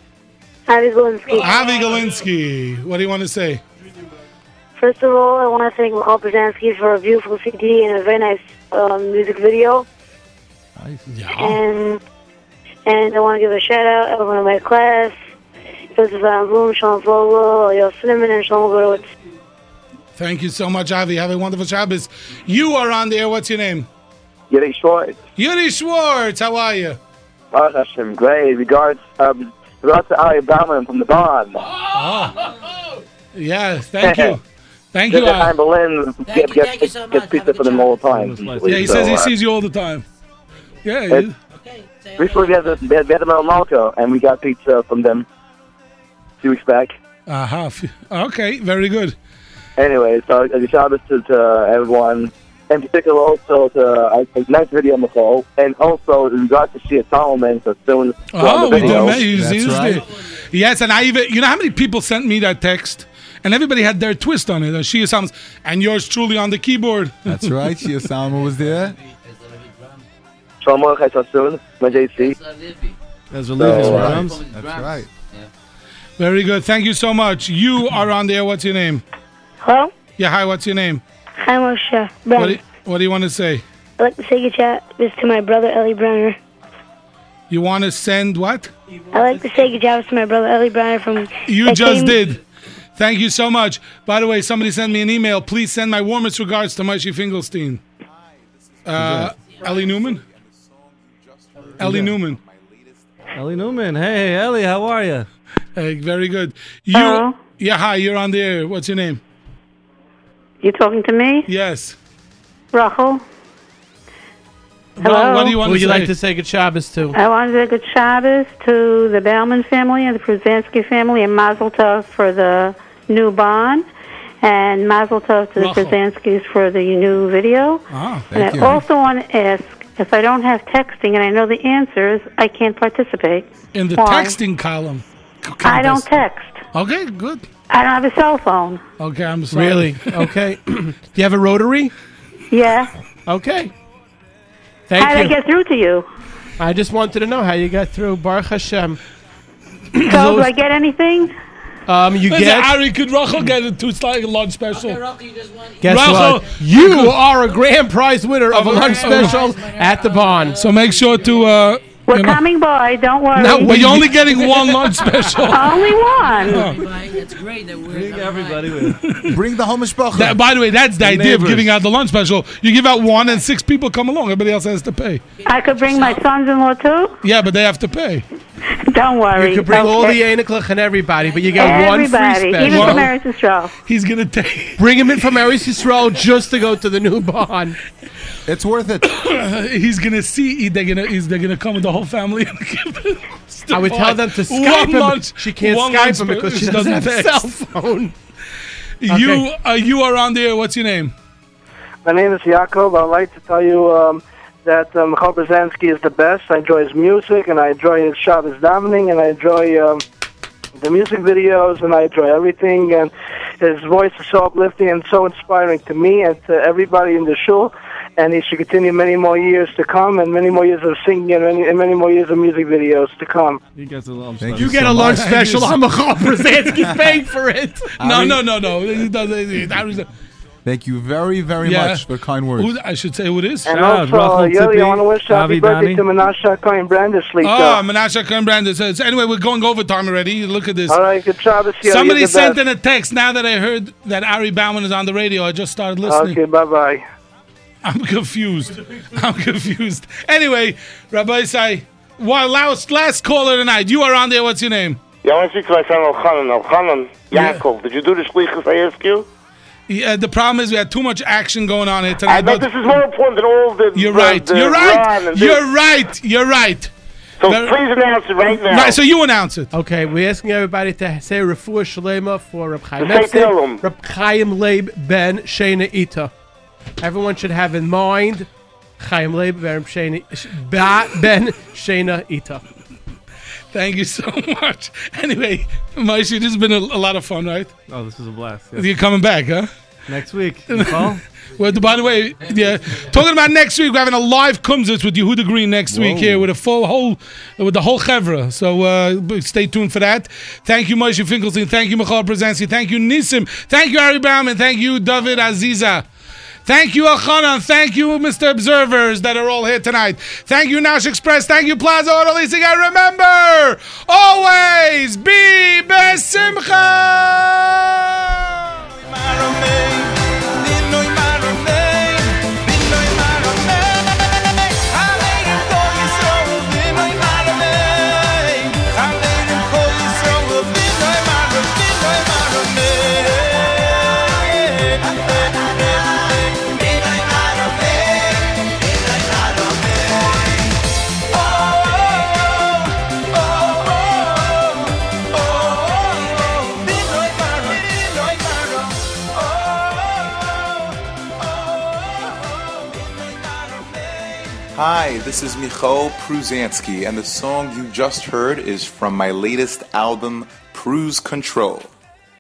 Avi Galinsky.
Avi Galinsky. What do you want to say?
First of all, I want to thank Michal Brzezinski for a beautiful CD and a very nice um, music video. And and I want to give a shout out to everyone in my class. Joseph Van Bloom, Sean Vogel, Yo Cinnamon, and Sean Gorowitz.
Thank you so much, Avi. Have a wonderful Shabbos. You are on the air. What's your name?
Yuri Schwartz.
Yuri Schwartz. How are you?
Baruch Hashem, great. Regards, um, regards to Ali Bauman from the Bond.
Oh. Yeah, thank you. Thank
Good
you, uh,
time,
Avi.
Berlin. Get- get- Gets pizza for them all the time.
Yeah, he
So,
says he
uh,
sees you all the time. Yeah.
it's-
you-
Recently, we had, the, we had, we had them out in Malco, and we got pizza from them two weeks back.
Aha. f- Okay, very good.
Anyway, so uh, the Shabbos to, to everyone, in particular also to uh, a nice video on the call, and also in regards to Shia Solomon, so soon.
Oh,
the
we do.
video.
man. You see, this day. Yes, and I even you know how many people sent me that text, and everybody had their twist on it. Uh, She sounds and yours truly on the keyboard.
That's right. Shia Salma was there.
Shlomo Chai Sassoon, my JC.
As
Levi's
So, uh,
drums.
That's right.
Very good. Thank you so much. You are on there. What's your name?
Hello?
Yeah. Hi. What's your name?
Hi, Moshe.
What do,
Brenner.
you, what do you want to say?
I'd like to say good job this to my brother, Ellie Brenner.
You want to send what?
I like to say good job to my brother Ellie Bryant from.
You
that
just
came-
did. Thank you so much. By the way, somebody sent me an email. Please send my warmest regards to Moshe Finkelstein. Uh, Ellie Newman. Ellie Newman.
Ellie Newman. Hey, Ellie, how are you?
Hey, very good. You, yeah, hi. You're on the air. What's your name?
You talking to me?
Yes.
Rachel?
Ron, what do you want
Would
to
you
say?
like to say good Shabbos to?
I want to say good Shabbos to the Bauman family and the Prudzansky family and Mazel Tov for the new bond and Mazel Tov to the
Rachel.
Prudzansky's for the new video.
Ah,
and I also want to ask, if I don't have texting and I know the answers, I can't participate.
In the
Why?
texting column. C-
I don't
contest.
text.
Okay, good.
I don't have a cell phone.
Okay, I'm sorry.
Really? Okay. Do you have a rotary?
Yeah.
Okay. Thank
How
you.
did I get through to you?
I just wanted to know how you got through. Baruch Hashem.
So do I get anything?
Um, you
Listen,
get.
Ari, could Rachel get a two slide lunch special?
Guess
Rachel,
what?
uh,
You are a grand prize winner of a lunch special at the Bond.
So make sure to. Uh,
We're coming by. Don't worry.
No, but you're only getting one lunch special. Oh.
Only one.
That's great. That we're
everybody with.
Bring the homish that, By the way, that's the,
The
idea of
neighbors.
giving out the lunch special. You give out one, and six people come along. Everybody else has to pay.
I could bring my sons-in-law too.
Yeah, but they have to pay.
Don't worry.
You could bring all the
Okay.
Ainiklich and everybody, but you got one
Everybody,
free special.
even from Eretz Yisrael.
He's gonna take.
Bring him in from Eretz Yisrael Oh, just to go to the new bond.
It's worth it. He's gonna see. They're gonna. He's, they're gonna come with the whole family. and give it to
I would tell
Mark.
them to
One
Skype him.
lunch-
she can't
one
Skype
lunch
him because she
special.
doesn't have a
text.
cell phone.
You,
Okay.
uh, you are on there. What's your name?
My name is Jakob. I'd like to tell you um, that um, Michal Brzezinski is the best. I enjoy his music, and I enjoy his Shabbos Dominic, and I enjoy um, the music videos, and I enjoy everything. And his voice is so uplifting and so inspiring to me and to everybody in the show. And he should continue many more years to come, and many more years of singing, and many, and many more years of music videos to come.
You get a lunch.
Thank
You get a lunch special. I'm a Brzezinski's paying for it.
No,
Ari?
no, no, no. He doesn't. he- Ari's not-
Thank you very, very
Yeah.
much for kind words.
Who, I should say who it is.
And also, Yuri, I want to wish happy birthday to Menashe Cohen Brandislee.
Oh, Menashe Cohen says. Anyway, we're going over time already. Look at this.
All right, good job. Yuri,
Somebody
you're the
sent
best.
in a text now that I heard that Ari Bauman is on the radio. I just started listening.
Okay, bye bye.
I'm confused. I'm confused. Anyway, Rabbi Isai, while last, last caller tonight, you are on there. What's your name?
Yeah, I want to speak to my son Elchanan. Elchanan, Yaakov, did you do the shlichus I asked you?
Yeah, the problem is we had too much action going on here tonight.
I bet
but-
this is more important than all the.
You're
the-
right.
the
You're
Ron
right.
and
You're
this.
right. You're right.
So
Very-
please announce it right now.
Right, so you announce it.
Okay, we're asking everybody to say Refuah Shalema for Reb Chaim
Say
Epstein,
Shalom.
Reb Chaim Leib ben Shana Ita. Everyone should have in mind Chaim Leib ben Shana, Ba- ben Shana Ita.
Thank you so much. Anyway, Moshe, this has been a, a lot of fun, right?
Oh, this was a blast.
You're coming back, huh?
Next week. Nicole?
well, by the way, yeah, talking about next week, we're having a live kumsitz with Yehuda Green next week
Whoa.
here with a full whole, with the whole chevra. So uh, b- stay tuned for that. Thank you, Moshe Finkelstein. Thank you, Michal Brzezinski. Thank you, Nisim. Thank you, Ari Bauman. Thank you, David Aziza. Thank you, Alchanan. Thank you, Mr. Observers that are all here tonight. Thank you, Nash Express. Thank you, Plaza Auto Leasing. And remember, always be besimcha.
Hi, this is Michal Pruzansky, and the song you just heard is from my latest album, Cruise Control.